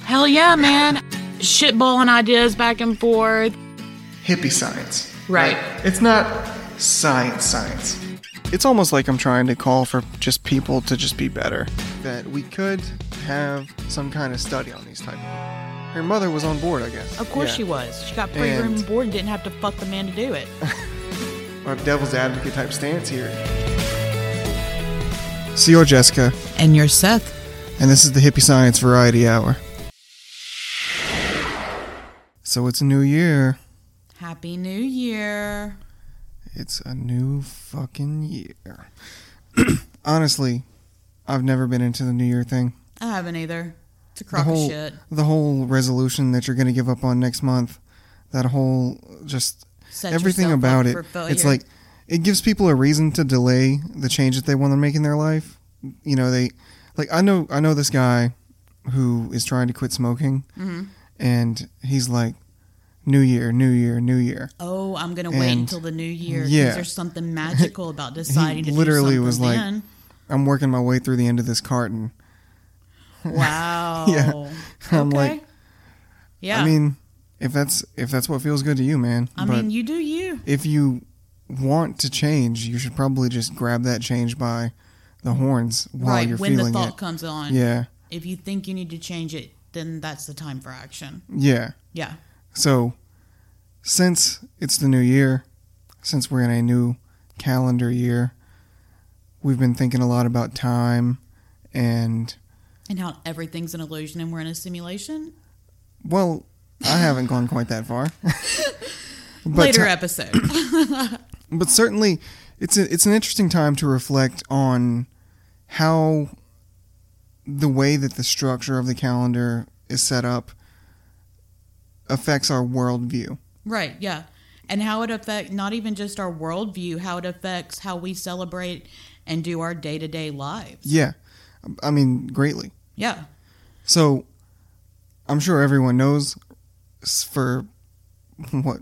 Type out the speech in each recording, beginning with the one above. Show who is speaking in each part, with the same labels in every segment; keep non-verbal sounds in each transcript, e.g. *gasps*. Speaker 1: Hell yeah, man. Shitballing ideas back and forth.
Speaker 2: hippie science.
Speaker 1: Right.
Speaker 2: It's not science science. It's almost like I'm trying to call for just people to just be better. That we could have some kind of study on these type of. Her mother was on board, I guess.
Speaker 1: Of course
Speaker 2: Yeah.
Speaker 1: she was. She got pre room
Speaker 2: And-
Speaker 1: and board and didn't have to fuck the man to do
Speaker 2: *laughs*
Speaker 1: it.
Speaker 2: Our devil's advocate type stance here. See your Jessica,
Speaker 1: and you're Seth.
Speaker 2: and this is the hippie science variety hour. So it's a new year.
Speaker 1: Happy New Year.
Speaker 2: It's a new fucking year. *clears throat* Honestly, I've never been into the New Year thing.
Speaker 1: I haven't either. It's a
Speaker 2: The
Speaker 1: crock
Speaker 2: whole
Speaker 1: of shit.
Speaker 2: the whole resolution that you're going to give up on next month, that whole just
Speaker 1: Set
Speaker 2: everything
Speaker 1: yourself
Speaker 2: about
Speaker 1: up
Speaker 2: it.
Speaker 1: for failure.
Speaker 2: It's like it gives people a reason to delay the change that they want to make in their life. You know, they like I know I know this guy who is trying to quit smoking,
Speaker 1: Mm-hmm.
Speaker 2: and he's like, New Year, New Year, New Year.
Speaker 1: Oh, I'm gonna wait
Speaker 2: And-
Speaker 1: until the new year. 'cause
Speaker 2: yeah.
Speaker 1: there's something
Speaker 2: *laughs*
Speaker 1: magical about deciding. to
Speaker 2: literally
Speaker 1: do
Speaker 2: was
Speaker 1: something
Speaker 2: like- *laughs*
Speaker 1: then.
Speaker 2: I'm working my way through the end of this carton.
Speaker 1: "Wow,
Speaker 2: *laughs* I'm
Speaker 1: okay.
Speaker 2: like,
Speaker 1: yeah."
Speaker 2: I mean, if that's if that's what feels good to you, man.
Speaker 1: I
Speaker 2: but
Speaker 1: mean, you do you.
Speaker 2: if you want to change, you should probably just grab that change by the horns while
Speaker 1: right
Speaker 2: you're
Speaker 1: when the
Speaker 2: feeling
Speaker 1: thought
Speaker 2: it.
Speaker 1: comes on.
Speaker 2: Yeah,
Speaker 1: If you think you need to change it, then that's the time for action.
Speaker 2: yeah.
Speaker 1: Yeah.
Speaker 2: So, since it's the new year, since we're in a new calendar year, we've been thinking a lot about time and
Speaker 1: And how everything's an illusion and we're in a simulation.
Speaker 2: well, I haven't gone quite that far.
Speaker 1: *laughs*
Speaker 2: but
Speaker 1: Later
Speaker 2: ti-
Speaker 1: episode.
Speaker 2: *coughs* but certainly it's a, it's an interesting time to reflect on how the way that the structure of the calendar is set up affects our worldview.
Speaker 1: Right, yeah. And how it affects not even just our worldview, how it affects how we celebrate and do our day to day lives.
Speaker 2: Yeah, I mean greatly.
Speaker 1: Yeah.
Speaker 2: So I'm sure everyone knows s- for what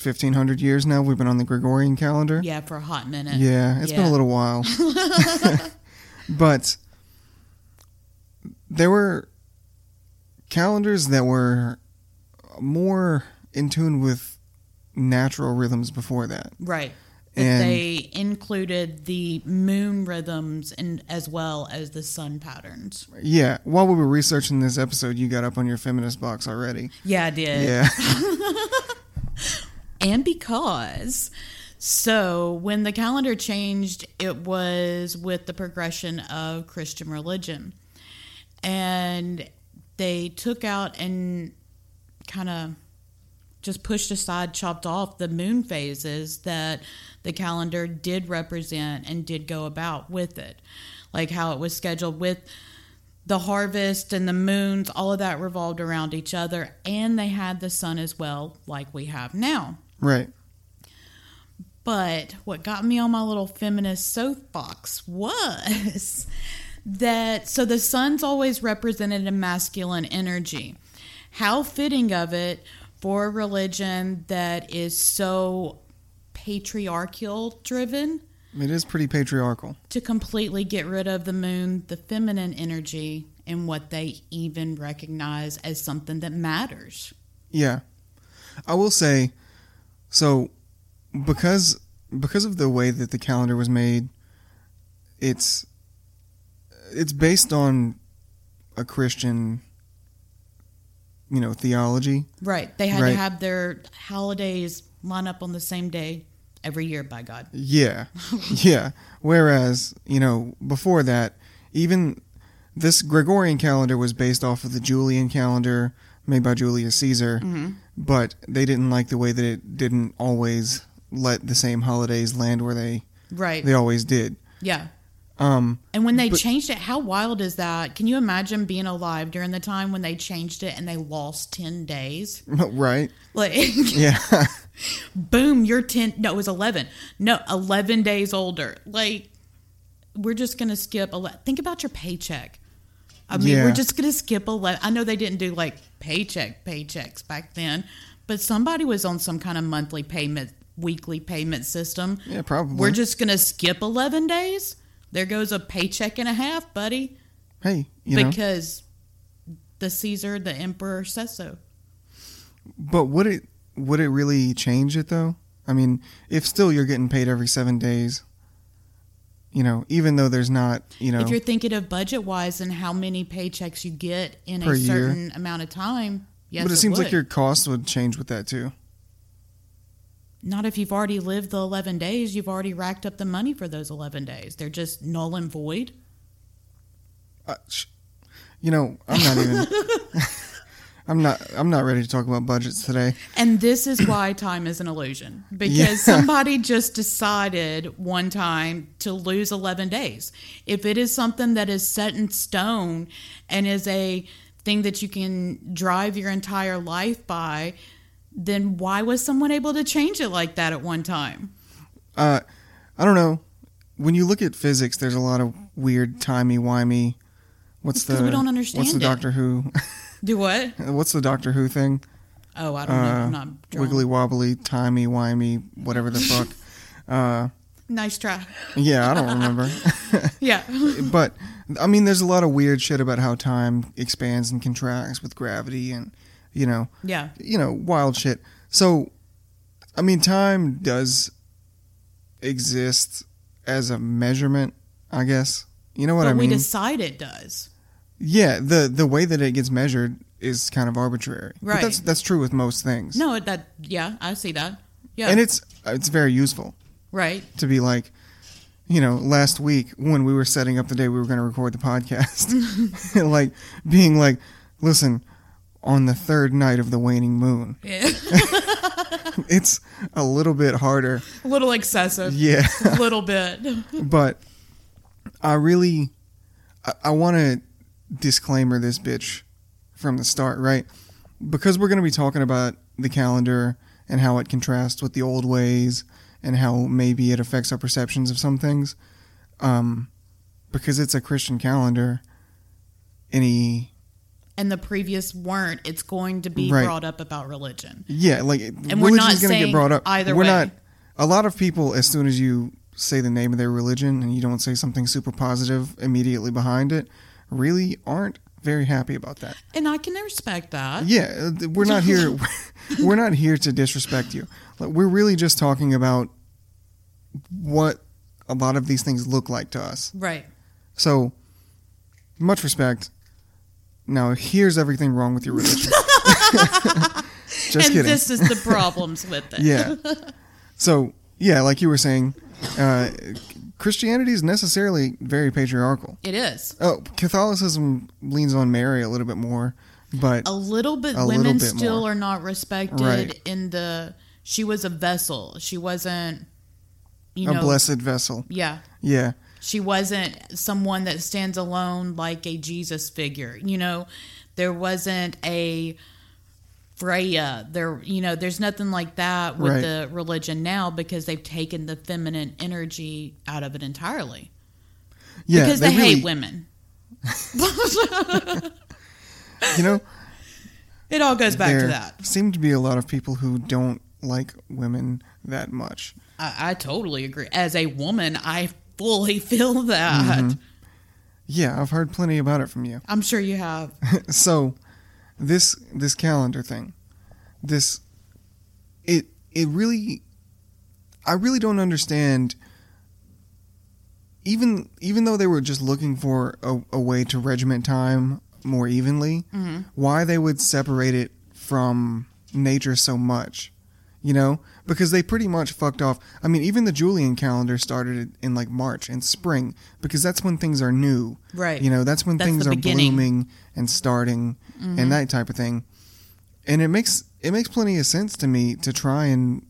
Speaker 2: 1500 years now we've been on the Gregorian calendar.
Speaker 1: Yeah, for a hot minute.
Speaker 2: Yeah, it's been a
Speaker 1: Yeah.
Speaker 2: little while. *laughs* but there were calendars that were more in tune with natural rhythms before that.
Speaker 1: Right. But
Speaker 2: And-
Speaker 1: they included the moon rhythms and as well as the sun patterns.
Speaker 2: Yeah, while we were researching this episode, you got up on your feminist box already.
Speaker 1: Yeah, I did.
Speaker 2: Yeah. *laughs*
Speaker 1: And because so when the calendar changed, it was with the progression of Christian religion. And they took out and kind of just pushed aside, chopped off the moon phases that the calendar did represent and did go about with it. Like how it was scheduled with the harvest and the moons, all of that revolved around each other. And they had the sun as well, like we have now.
Speaker 2: right.
Speaker 1: But what got me on my little feminist soapbox was that so the sun's always represented a masculine energy. How fitting of it for a religion that is so patriarchal driven
Speaker 2: It is pretty patriarchal.
Speaker 1: to completely get rid of the moon, the feminine energy, and what they even recognize as something that matters.
Speaker 2: Yeah. I will say so because because of the way that the calendar was made, it's it's based on a Christian you know, theology.
Speaker 1: Right. They had
Speaker 2: Right.
Speaker 1: to have their holidays line up on the same day every year by God. *laughs*
Speaker 2: Yeah. yeah. Whereas, you know, before that, even this Gregorian calendar was based off of the Julian calendar made by Julius Caesar,
Speaker 1: Mm-hmm.
Speaker 2: but they didn't like the way that it didn't always let the same holidays land where they
Speaker 1: Right.
Speaker 2: they always did.
Speaker 1: Yeah.
Speaker 2: Um, *laughs*
Speaker 1: And when they changed it, how wild is that? Can you imagine being alive during the time when they changed it and they lost 10 days?
Speaker 2: right?
Speaker 1: Like, *laughs*
Speaker 2: Yeah. *laughs*
Speaker 1: boom, you're 10. No, it was 11. No, 11 days older. Like, we're just going to skip. Ele- Think about your paycheck. I mean,
Speaker 2: Yeah.
Speaker 1: we're just going to skip 11. I know they didn't do like paycheck paychecks back then, but somebody was on some kind of monthly payment, weekly payment system.
Speaker 2: Yeah, probably.
Speaker 1: We're just going to skip 11 days. There goes a paycheck and a half, buddy.
Speaker 2: hey, you know,
Speaker 1: because the Caesar, the emperor says so.
Speaker 2: But would it would it really change it though? I mean, if still you're getting paid every seven days, you know, even though there's not, you know,
Speaker 1: If you're thinking of budget wise and how many paychecks you get in
Speaker 2: Per
Speaker 1: a
Speaker 2: year.
Speaker 1: certain amount of time, yes,
Speaker 2: but it, seems like
Speaker 1: would.
Speaker 2: your costs would change with that too.
Speaker 1: Not if you've already lived the 11 days, you've already racked up the money for those 11 days. They're just null and void.
Speaker 2: Uh, sh- you know, I'm not even.
Speaker 1: *laughs*
Speaker 2: I'm not. I'm not ready to talk about budgets today.
Speaker 1: And this is why time is an illusion because
Speaker 2: Yeah.
Speaker 1: somebody just decided one time to lose 11 days. If it is something that is set in stone and is a thing that you can drive your entire life by, then why was someone able to change it like that at one time?
Speaker 2: Uh, I don't know. When you look at physics, there's a lot of weird timey wimey. What's
Speaker 1: It's 'cause
Speaker 2: the?
Speaker 1: we don't
Speaker 2: What's the
Speaker 1: understand it.
Speaker 2: Doctor Who? *laughs*
Speaker 1: Do what?
Speaker 2: what's the Doctor Who thing?
Speaker 1: Oh, I don't know. I'm not drawn.
Speaker 2: Uh, Wiggly wobbly, timey wimey, whatever the fuck. Uh,
Speaker 1: Nice try. *laughs*
Speaker 2: yeah, I don't remember.
Speaker 1: Yeah. *laughs*
Speaker 2: but I mean, there's a lot of weird shit about how time expands and contracts with gravity, and you know,
Speaker 1: yeah.
Speaker 2: you know, wild shit. So, I mean, time does exist as a measurement, I guess. You know what
Speaker 1: but
Speaker 2: I
Speaker 1: we
Speaker 2: mean?
Speaker 1: decide it does.
Speaker 2: yeah, the the way that it gets measured is kind of arbitrary. But
Speaker 1: Right.
Speaker 2: that's that's true with most things.
Speaker 1: No, it- that, yeah, I see that. Yeah.
Speaker 2: And it's it's very useful
Speaker 1: right. *laughs*
Speaker 2: to be like, you know, last week when we were setting up the day we were going to record
Speaker 1: *laughs*
Speaker 2: the podcast, *laughs* like being like, listen, on the third night of the waning moon, *laughs*
Speaker 1: Yeah.
Speaker 2: it's a little bit harder.
Speaker 1: A little excessive.
Speaker 2: Yeah.
Speaker 1: A *laughs* little bit.
Speaker 2: but I really, I, I want to disclaimer this bitch from the start, right? Because we're going to be talking about the calendar and how it contrasts with the old ways and how maybe it affects our perceptions of some things. Um, because it's a Christian calendar, any
Speaker 1: And the previous weren't, it's going to be
Speaker 2: Right.
Speaker 1: brought up about religion.
Speaker 2: yeah, like
Speaker 1: we're not
Speaker 2: religion's gonna get
Speaker 1: saying
Speaker 2: brought up
Speaker 1: either
Speaker 2: We're
Speaker 1: way.
Speaker 2: not. A lot of people, as soon as you say the name of their religion and you don't say something super positive immediately behind it, really aren't very happy about that.
Speaker 1: And I can respect that.
Speaker 2: Yeah, uh, we're
Speaker 1: *laughs*
Speaker 2: not here. *laughs* we're not here to disrespect you. Like, we're really just talking about what a lot of these things look like to us.
Speaker 1: Right.
Speaker 2: So, much respect. Now, here's everything wrong with
Speaker 1: *laughs*
Speaker 2: your religion. *laughs* just
Speaker 1: and
Speaker 2: kidding.
Speaker 1: this
Speaker 2: *laughs*
Speaker 1: is the problems with it. *laughs*
Speaker 2: yeah. So yeah, like you were saying, uh, Christianity is necessarily very patriarchal.
Speaker 1: It is.
Speaker 2: Oh, Catholicism leans on Mary a little bit more, but
Speaker 1: A little bit
Speaker 2: A
Speaker 1: women
Speaker 2: little bit
Speaker 1: still
Speaker 2: more.
Speaker 1: are not respected
Speaker 2: Right.
Speaker 1: in the she was a vessel. She wasn't you
Speaker 2: a
Speaker 1: know
Speaker 2: blessed vessel.
Speaker 1: Yeah.
Speaker 2: Yeah,
Speaker 1: She wasn't someone that stands alone like a Jesus figure. You know, there wasn't a Freya. There, you know, there's nothing like that with
Speaker 2: Right.
Speaker 1: the religion now because they've taken the feminine energy out of it entirely.
Speaker 2: yeah.
Speaker 1: because they,
Speaker 2: really-
Speaker 1: hate women.
Speaker 2: You know,
Speaker 1: It all goes *laughs* back
Speaker 2: there
Speaker 1: to that.
Speaker 2: seem to be a lot of people who don't like women that much.
Speaker 1: I, I totally agree. As a woman, I fully *laughs* feel that.
Speaker 2: Mm-hmm. Yeah, I've heard plenty about it from you.
Speaker 1: I'm sure you have.
Speaker 2: *laughs* so this this calendar thing this it it really i really don't understand even even though they were just looking for a, a way to regiment time more evenly why they would separate it from nature so much you know because they pretty much fucked off i mean even the julian calendar started in like march and spring because that's when things are new
Speaker 1: Right.
Speaker 2: you know that's when
Speaker 1: That's
Speaker 2: things
Speaker 1: the
Speaker 2: are
Speaker 1: beginning. Mm-hmm.
Speaker 2: blooming and starting and that type of thing. And it makes it makes plenty of sense to me to try and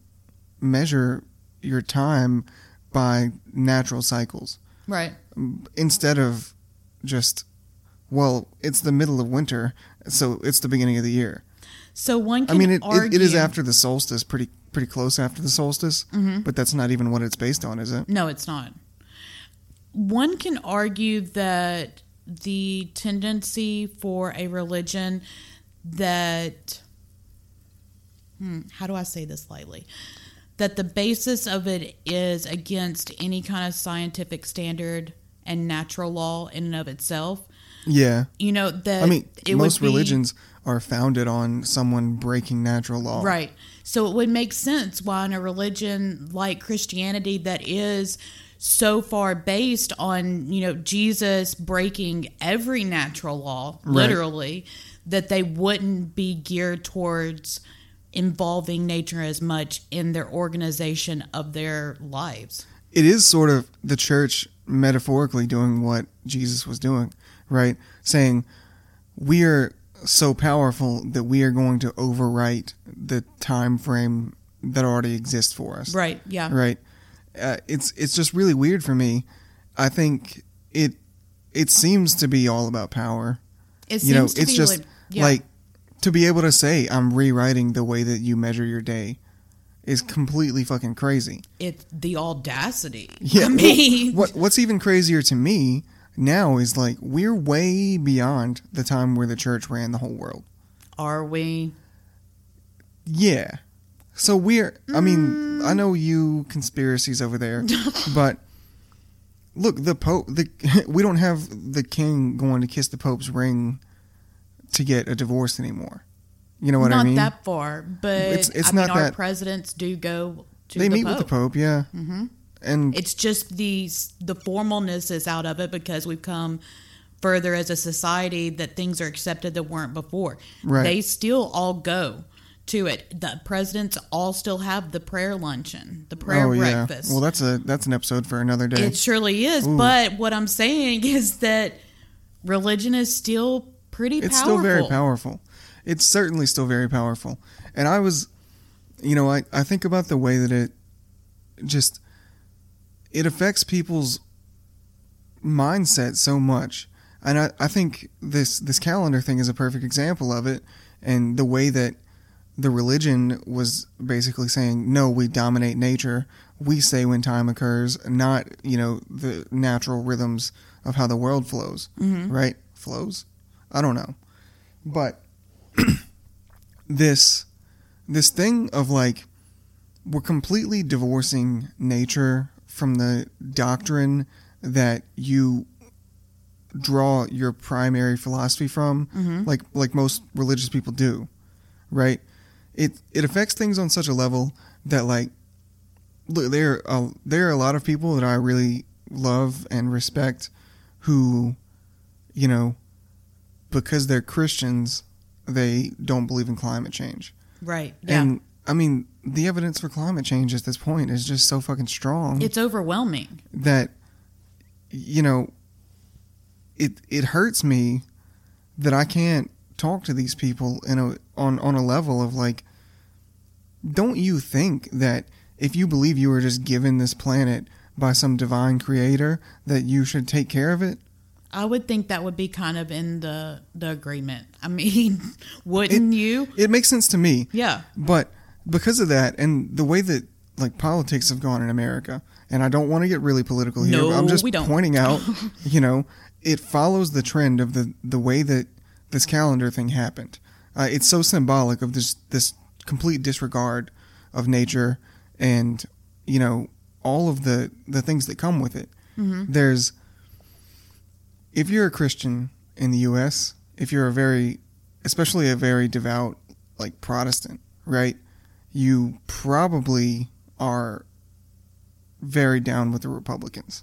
Speaker 2: measure your time by natural cycles
Speaker 1: Right.
Speaker 2: instead of just well, it's the middle of winter, so it's the beginning of the year.
Speaker 1: So one
Speaker 2: I
Speaker 1: can
Speaker 2: mean, it, it,
Speaker 1: argue.
Speaker 2: it is after the solstice, pretty pretty close after the solstice,
Speaker 1: Mm-hmm.
Speaker 2: but that's not even what it's based on, is it?
Speaker 1: No, it's not. One can argue that the tendency for a religion that, hmm, how do I say this lightly? That the basis of it is against any kind of scientific standard and natural law in and of itself.
Speaker 2: Yeah.
Speaker 1: You know that
Speaker 2: I mean,
Speaker 1: it would
Speaker 2: most
Speaker 1: be-
Speaker 2: religions are founded on someone breaking natural law.
Speaker 1: Right. So it would make sense why in a religion like Christianity that is so far based on, you know, Jesus breaking every natural law,
Speaker 2: Right.
Speaker 1: literally, that they wouldn't be geared towards involving nature as much in their organization of their lives.
Speaker 2: It is sort of the church metaphorically doing what Jesus was doing, right? Saying, we are so powerful that we are going to overwrite the time frame that already exists for us.
Speaker 1: Right. Yeah.
Speaker 2: right uh, it's it's just really weird for me i think it it seems to be all about power
Speaker 1: It seems
Speaker 2: you know
Speaker 1: to
Speaker 2: it's
Speaker 1: be
Speaker 2: just
Speaker 1: like, yeah.
Speaker 2: like to be able to say i'm rewriting the way that you measure your day is completely fucking crazy
Speaker 1: it's the audacity.
Speaker 2: yeah
Speaker 1: *laughs* I
Speaker 2: well,
Speaker 1: mean,
Speaker 2: what what's even crazier to me now is like we're way beyond the time where the church ran the whole world
Speaker 1: are we?
Speaker 2: Yeah. So we're. I mean,
Speaker 1: Mm.
Speaker 2: I know you conspiracies over
Speaker 1: *laughs*
Speaker 2: there, but look, the pope. The *laughs* we don't have the king going to kiss the pope's ring to get a divorce anymore. You know what
Speaker 1: not
Speaker 2: I mean?
Speaker 1: that far, but
Speaker 2: It's- it's
Speaker 1: I
Speaker 2: not
Speaker 1: mean, our
Speaker 2: that-
Speaker 1: presidents do go to
Speaker 2: they
Speaker 1: the
Speaker 2: meet
Speaker 1: Pope. Mm-hmm.
Speaker 2: with the pope, yeah, and
Speaker 1: It's just the the formalness is out of it because we've come further as a society that things are accepted that weren't before.
Speaker 2: Right.
Speaker 1: They still all go to it. The presidents all still have the prayer luncheon, the prayer
Speaker 2: oh yeah.
Speaker 1: breakfast.
Speaker 2: Well, that's a that's an episode for another day.
Speaker 1: It surely is. But what I'm saying *laughs* is that religion is still pretty
Speaker 2: it's
Speaker 1: powerful.
Speaker 2: still very powerful. It's certainly still very powerful. And I was, you know, I, I think about the way that it just it affects people's mindset so much. And I, I think this this calendar thing is a perfect example of it and the way that the religion was basically saying, No, we dominate nature. We say when time occurs, not, you know, the natural rhythms of how the world flows.
Speaker 1: Mm-hmm.
Speaker 2: Right? Flows? I don't know. But *clears throat* this this thing of like we're completely divorcing nature from the doctrine that you draw your primary philosophy from like like most religious people do right it it affects things on such a level that like look there are there are a lot of people that I really love and respect who you know because they're Christians they don't believe in climate change
Speaker 1: Right. Yeah.
Speaker 2: and I mean the evidence for climate change at this point is just so fucking strong
Speaker 1: it's overwhelming.
Speaker 2: that you know it it hurts me that I can't talk to these people in a on on a level of like don't you think that if you believe you were just given this planet by some divine creator that you should take care of it
Speaker 1: I would think that would be kind of in the the agreement. I mean, *laughs* wouldn't you?
Speaker 2: it makes sense to me
Speaker 1: Yeah.
Speaker 2: But because of that and the way that like politics have gone in America, and I don't want to get really political here, but
Speaker 1: No,
Speaker 2: I'm just
Speaker 1: we don't. *laughs*
Speaker 2: pointing out, you know, it follows the trend of the the way that this calendar thing happened. Uh, it's so symbolic of this this complete disregard of nature and you know all of the the things that come with it.
Speaker 1: Mm-hmm.
Speaker 2: There's if you're a Christian in the U.S., if you're a very, especially a very devout like Protestant, right? You probably are very down with
Speaker 1: *laughs*
Speaker 2: the Republicans,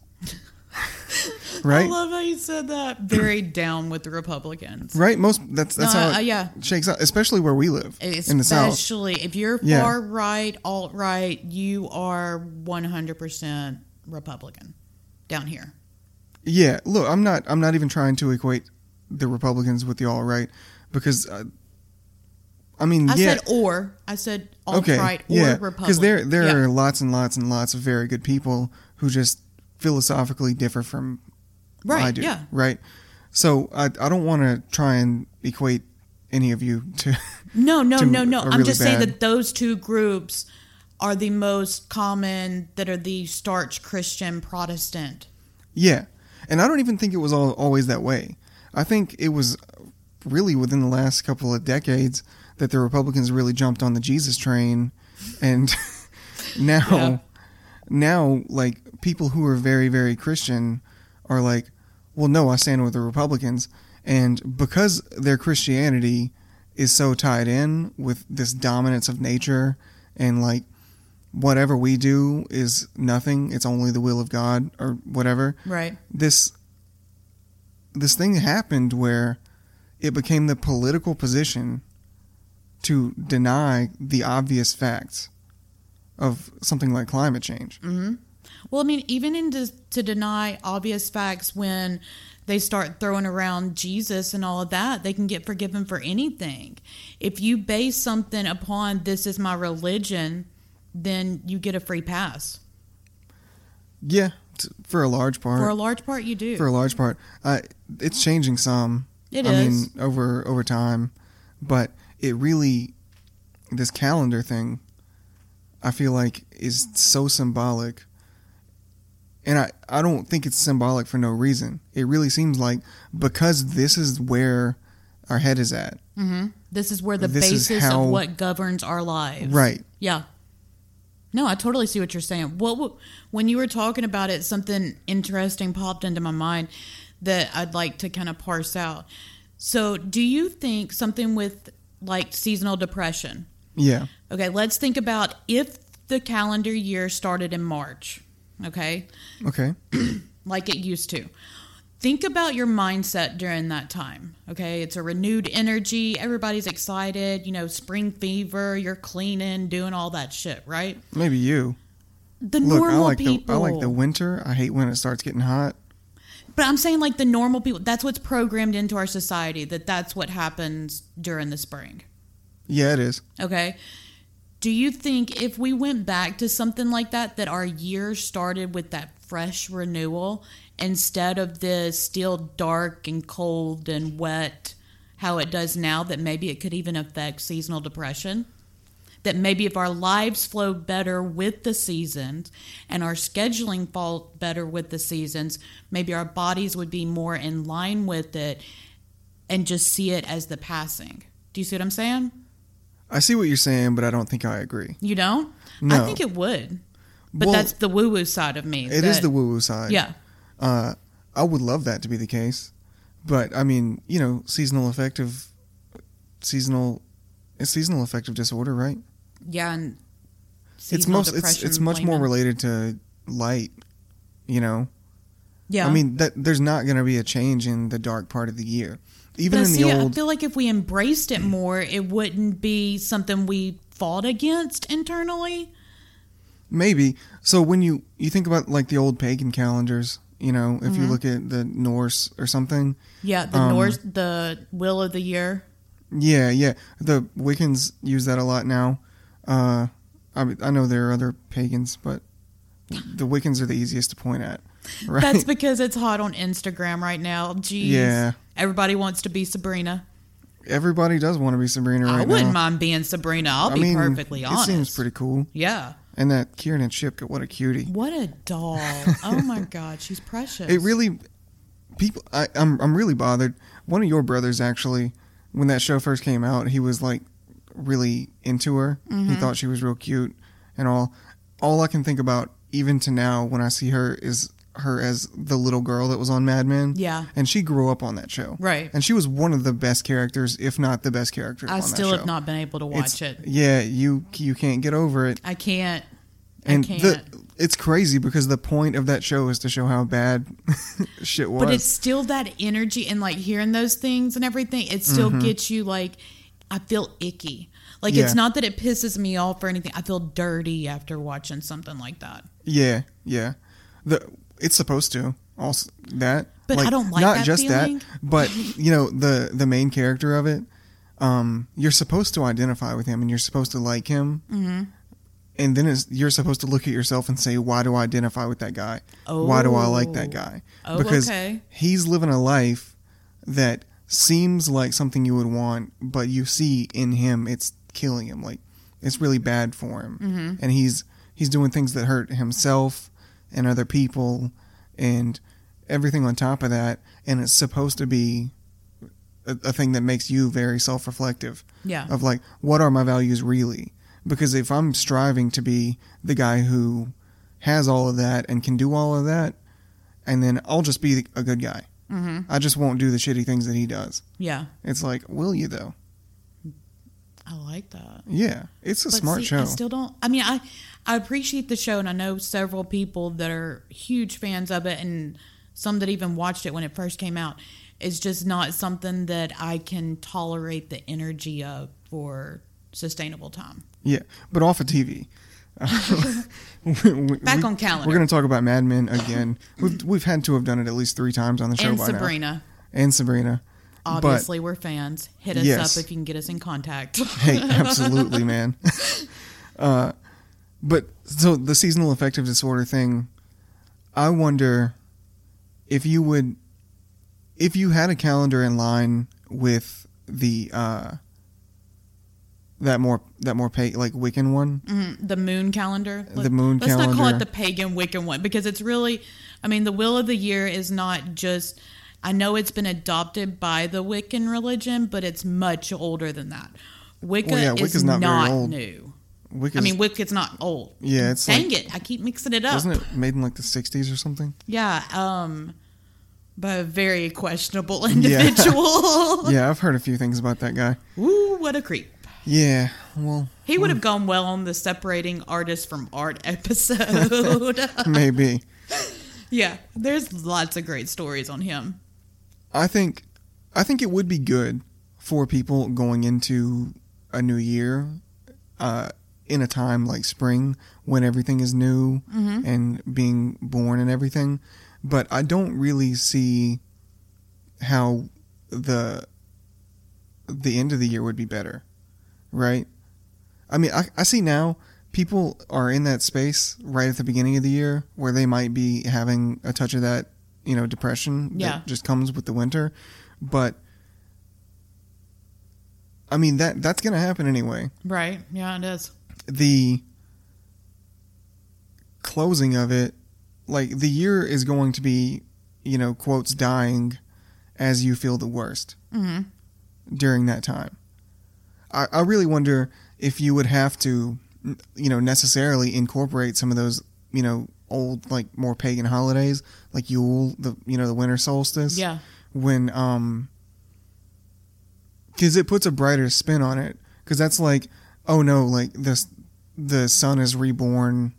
Speaker 1: I
Speaker 2: right?
Speaker 1: love how you said that. Very down with the Republicans.
Speaker 2: right. Most that's that's
Speaker 1: No,
Speaker 2: how
Speaker 1: uh,
Speaker 2: it
Speaker 1: yeah.
Speaker 2: shakes out, especially where we live in the South.
Speaker 1: Especially if you're
Speaker 2: Yeah.
Speaker 1: far right, alt right, you are 100% Republican down here.
Speaker 2: Yeah. Look, I'm not I'm not even trying to equate the Republicans with the all right because. Uh, I mean,
Speaker 1: I
Speaker 2: yeah,
Speaker 1: said or. I said alt
Speaker 2: okay,
Speaker 1: right or
Speaker 2: yeah,
Speaker 1: Republican.
Speaker 2: because there there
Speaker 1: Yeah.
Speaker 2: are lots and lots and lots of very good people who just philosophically differ from
Speaker 1: right.
Speaker 2: I do,
Speaker 1: Yeah.
Speaker 2: right. So I I don't want to try and equate any of you to *laughs*
Speaker 1: No, no,
Speaker 2: to
Speaker 1: no, no.
Speaker 2: a
Speaker 1: I'm
Speaker 2: really
Speaker 1: just saying
Speaker 2: bad-
Speaker 1: that those two groups are the most common that are the starch Christian Protestant.
Speaker 2: yeah, and I don't even think it was all always that way. I think it was really within the last couple of decades that the Republicans really jumped on the Jesus train, and *laughs* now
Speaker 1: Yeah.
Speaker 2: now like people who are very very Christian are like, well, no, I stand with the Republicans. And because their Christianity is so tied in with this dominance of nature and like whatever we do is nothing, it's only the will of God or whatever.
Speaker 1: Right.
Speaker 2: This this thing happened where it became the political position to deny the obvious facts of something like climate change.
Speaker 1: Mm. Well, I mean, even in to, to deny obvious facts when they start throwing around Jesus and all of that, they can get forgiven for anything. If you base something upon this is my religion, then you get a free pass.
Speaker 2: Yeah, t- for a large part.
Speaker 1: For a large part, you do.
Speaker 2: *laughs* for a large part. Uh, it's changing some.
Speaker 1: It
Speaker 2: I
Speaker 1: is.
Speaker 2: mean, over over time, but it really this calendar thing. I feel like is so symbolic, and I I don't think it's symbolic for no reason. It really seems like because this is where our head is at,
Speaker 1: this is where the
Speaker 2: This is
Speaker 1: basis
Speaker 2: how-
Speaker 1: of what governs our lives.
Speaker 2: right?
Speaker 1: Yeah. No, I totally see what you're saying. What w- when you were talking about it, something interesting popped into my mind that I'd like to kind of parse out. So, do you think something with like seasonal depression?
Speaker 2: Yeah,
Speaker 1: Okay, let's think about if the calendar year started in March, okay?
Speaker 2: okay,
Speaker 1: like it used to. Think about your mindset during that time. Okay. It's a renewed energy. Everybody's excited. You know, spring fever, you're cleaning, doing all that shit, right?
Speaker 2: maybe you.
Speaker 1: The
Speaker 2: Look, I
Speaker 1: normal
Speaker 2: like the
Speaker 1: people.
Speaker 2: I like the winter. I hate when it starts getting hot.
Speaker 1: but I'm saying, like, the normal people, that's what's programmed into our society that that's what happens during the spring.
Speaker 2: Yeah, it is.
Speaker 1: Okay. Do you think if we went back to something like that, that our year started with that fresh renewal instead of the still dark and cold and wet, how it does now, that maybe it could even affect seasonal depression? That maybe if our lives flow better with the seasons and our scheduling fall better with the seasons, maybe our bodies would be more in line with it and just see it as the passing. Do you see what I'm saying?
Speaker 2: I see what you're saying, but I don't think I agree.
Speaker 1: You don't?
Speaker 2: No.
Speaker 1: I think it would. But
Speaker 2: Well,
Speaker 1: that's the woo woo side of me.
Speaker 2: It is the woo woo side.
Speaker 1: Yeah.
Speaker 2: Uh, I would love that to be the case, but I mean, you know, seasonal affective, seasonal, it's seasonal affective disorder, right?
Speaker 1: Yeah. And
Speaker 2: it's
Speaker 1: seasonal
Speaker 2: most, it's
Speaker 1: depression
Speaker 2: it's much more
Speaker 1: blaming.
Speaker 2: related to light. You know,
Speaker 1: Yeah.
Speaker 2: I mean, that there's not going to be a change in the dark part of the year, even
Speaker 1: But
Speaker 2: in
Speaker 1: see, uh,
Speaker 2: the old.
Speaker 1: I feel like if we embraced it more, it wouldn't be something we fought against internally.
Speaker 2: Maybe. So when you you think about like the old pagan calendars, you know, if
Speaker 1: Mm-hmm.
Speaker 2: you look at the Norse or something,
Speaker 1: Yeah. The
Speaker 2: Um,
Speaker 1: Norse, the will of the year.
Speaker 2: Yeah, yeah. The Wiccans use that a lot now. Uh, I, mean, I know there are other pagans, but the Wiccans are the easiest to point at, *laughs* right?
Speaker 1: That's because it's hot on Instagram right now. Jeez.
Speaker 2: Yeah.
Speaker 1: Everybody wants to be Sabrina.
Speaker 2: Everybody does want to be Sabrina right
Speaker 1: I wouldn't
Speaker 2: now.
Speaker 1: mind being Sabrina. I'll
Speaker 2: I
Speaker 1: be
Speaker 2: mean,
Speaker 1: perfectly
Speaker 2: it
Speaker 1: honest.
Speaker 2: seems pretty cool.
Speaker 1: yeah.
Speaker 2: And that Kieran and Chip, what a cutie!
Speaker 1: What a doll. oh my God.
Speaker 2: *laughs*
Speaker 1: She's precious.
Speaker 2: It really, people. I, I'm I'm really bothered. One of your brothers actually, when that show first came out, he was like really into her. He
Speaker 1: Mm-hmm.
Speaker 2: thought she was real cute and all. All I can think about, even to now, when I see her, is her as the little girl that was on Mad Men.
Speaker 1: Yeah.
Speaker 2: and she grew up on that show.
Speaker 1: Right.
Speaker 2: and she was one of the best characters, if not the best character.
Speaker 1: I
Speaker 2: on
Speaker 1: still
Speaker 2: that show.
Speaker 1: have not been able to
Speaker 2: It's-
Speaker 1: watch it.
Speaker 2: Yeah, you you can't get over it
Speaker 1: I can't.
Speaker 2: and
Speaker 1: I can't.
Speaker 2: the, it's crazy because the point of that show is to show how bad *laughs* shit was.
Speaker 1: but it's still that energy and like hearing those things and everything. It still gets you like I feel icky. Like
Speaker 2: Mm-hmm. Yeah.
Speaker 1: it's not that it pisses me off or anything. I feel dirty after watching something like that.
Speaker 2: yeah, yeah. The it's supposed to also that.
Speaker 1: But I don't like
Speaker 2: not
Speaker 1: that
Speaker 2: just
Speaker 1: feeling.
Speaker 2: that, but you know the the main character of it. Um, you're supposed to identify with him and you're supposed to like him. Mm-hmm. And then it's, you're supposed to look at yourself and say, "Why do I identify with that guy? Why do I like that
Speaker 1: Oh.
Speaker 2: guy?"
Speaker 1: Oh,
Speaker 2: because
Speaker 1: okay.
Speaker 2: he's living a life that seems like something you would want, but you see in him it's killing him. Like it's really bad for him,
Speaker 1: Mm-hmm.
Speaker 2: and he's he's doing things that hurt himself and other people, and everything on top of that. And it's supposed to be a, a thing that makes you very self reflective
Speaker 1: Yeah.
Speaker 2: of like what are my values really because if i'm striving to be the guy who has all of that and can do all of that and then i'll just be a good guy
Speaker 1: Mm-hmm.
Speaker 2: I just won't do the shitty things that he does.
Speaker 1: Yeah,
Speaker 2: It's like, will you though?
Speaker 1: I like that.
Speaker 2: Yeah, it's a
Speaker 1: But
Speaker 2: smart
Speaker 1: see,
Speaker 2: show.
Speaker 1: I still don't. I mean, I I appreciate the show, and I know several people that are huge fans of it, and some that even watched it when it first came out. It's just not something that I can tolerate the energy of for sustainable time.
Speaker 2: yeah, but off
Speaker 1: *laughs*
Speaker 2: of *laughs* TV. Back
Speaker 1: Back on calendar.
Speaker 2: We're going to talk about Mad Men again. we've we've had to have done it at least three times on the show
Speaker 1: and
Speaker 2: by now.
Speaker 1: Sabrina,
Speaker 2: And Sabrina.
Speaker 1: obviously, we're fans. Hit us
Speaker 2: Yes.
Speaker 1: up if you can get us in
Speaker 2: *laughs*
Speaker 1: contact.
Speaker 2: Hey, absolutely, man. *laughs* uh, but so the seasonal affective disorder thing, I wonder if you would, if you had a calendar in line with the uh, that more that more pa- like Wiccan one,
Speaker 1: the moon calendar.
Speaker 2: The moon
Speaker 1: let's not call it
Speaker 2: calendar.
Speaker 1: the pagan Wiccan one because it's really, I mean, the will of the year is not just. I know it's been adopted by the Wiccan religion, but it's much older than that. Wicca
Speaker 2: Well, yeah,
Speaker 1: is
Speaker 2: Wicca's
Speaker 1: not,
Speaker 2: not very old.
Speaker 1: new. Mm-hmm.
Speaker 2: Wicca's,
Speaker 1: I mean, Wicca's not old.
Speaker 2: Yeah, it's
Speaker 1: dang it! I keep mixing it up.
Speaker 2: wasn't it made in like the '60s or something?
Speaker 1: Yeah, um, but a very questionable *laughs*
Speaker 2: Yeah. *laughs*
Speaker 1: individual.
Speaker 2: Yeah, I've heard a few things about that guy.
Speaker 1: Ooh, what a creep!
Speaker 2: Yeah, well,
Speaker 1: He would have gone well on the separating artist from art
Speaker 2: *laughs*
Speaker 1: episode.
Speaker 2: maybe.
Speaker 1: Yeah, there's lots of great stories on him.
Speaker 2: I think I think it would be good for people going into a new year uh, in a time like spring when everything is new and being born and everything. But I don't really see how the the end of the year would be better, right? I mean, I, I see now people are in that space right at the beginning of the year where they might be having a touch of that, you know, depression
Speaker 1: Yeah.
Speaker 2: that just comes with the winter. But I mean that that's going to happen anyway.
Speaker 1: Right? Yeah, it is.
Speaker 2: The closing of it, like the year is going to be, you know, quotes dying as you feel the worst
Speaker 1: hmm
Speaker 2: during that time. I, I really wonder if you would have to, n- you know, necessarily incorporate some of those, you know, old like more pagan holidays like Yule, the you know the winter solstice.
Speaker 1: Yeah.
Speaker 2: When um, because it puts a brighter spin on it. Because that's like, oh no, like this, the sun is reborn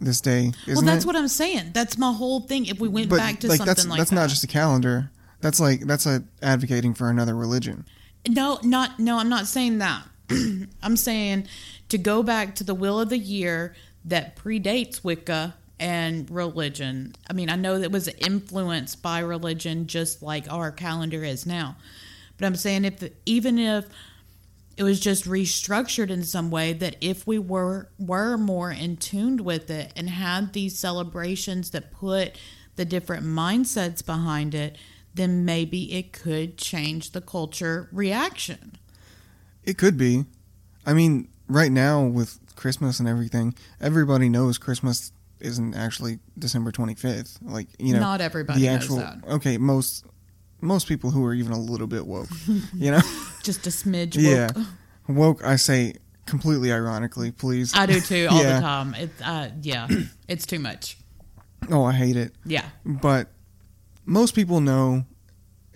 Speaker 2: this day. Isn't
Speaker 1: well, that's
Speaker 2: it?
Speaker 1: what I'm saying. That's my whole thing. If we went back to something
Speaker 2: that's
Speaker 1: like
Speaker 2: that's
Speaker 1: that,
Speaker 2: not just a calendar. That's like that's a advocating for another religion.
Speaker 1: no, not no. I'm not saying that. *clears throat* I'm saying to go back to the will of the year that predates Wicca and religion. I mean, I know that was influenced by religion, just like our calendar is now. But I'm saying if even if it was just restructured in some way that if we were were more in tuned with it and had these celebrations that put the different mindsets behind it then maybe it could change the culture reaction
Speaker 2: It could be. I mean, right now with Christmas and everything, everybody knows Christmas isn't actually December 25th. Like, you know,
Speaker 1: Not everybody knows that.
Speaker 2: Okay, most most people who are even a little
Speaker 1: *laughs*
Speaker 2: bit woke, you know.
Speaker 1: just a smidge
Speaker 2: Yeah.
Speaker 1: woke.
Speaker 2: Woke *laughs* I say completely ironically, please.
Speaker 1: i do too all
Speaker 2: Yeah.
Speaker 1: the time it, uh, yeah it's too much
Speaker 2: *laughs* oh, I hate it.
Speaker 1: yeah
Speaker 2: but most people know,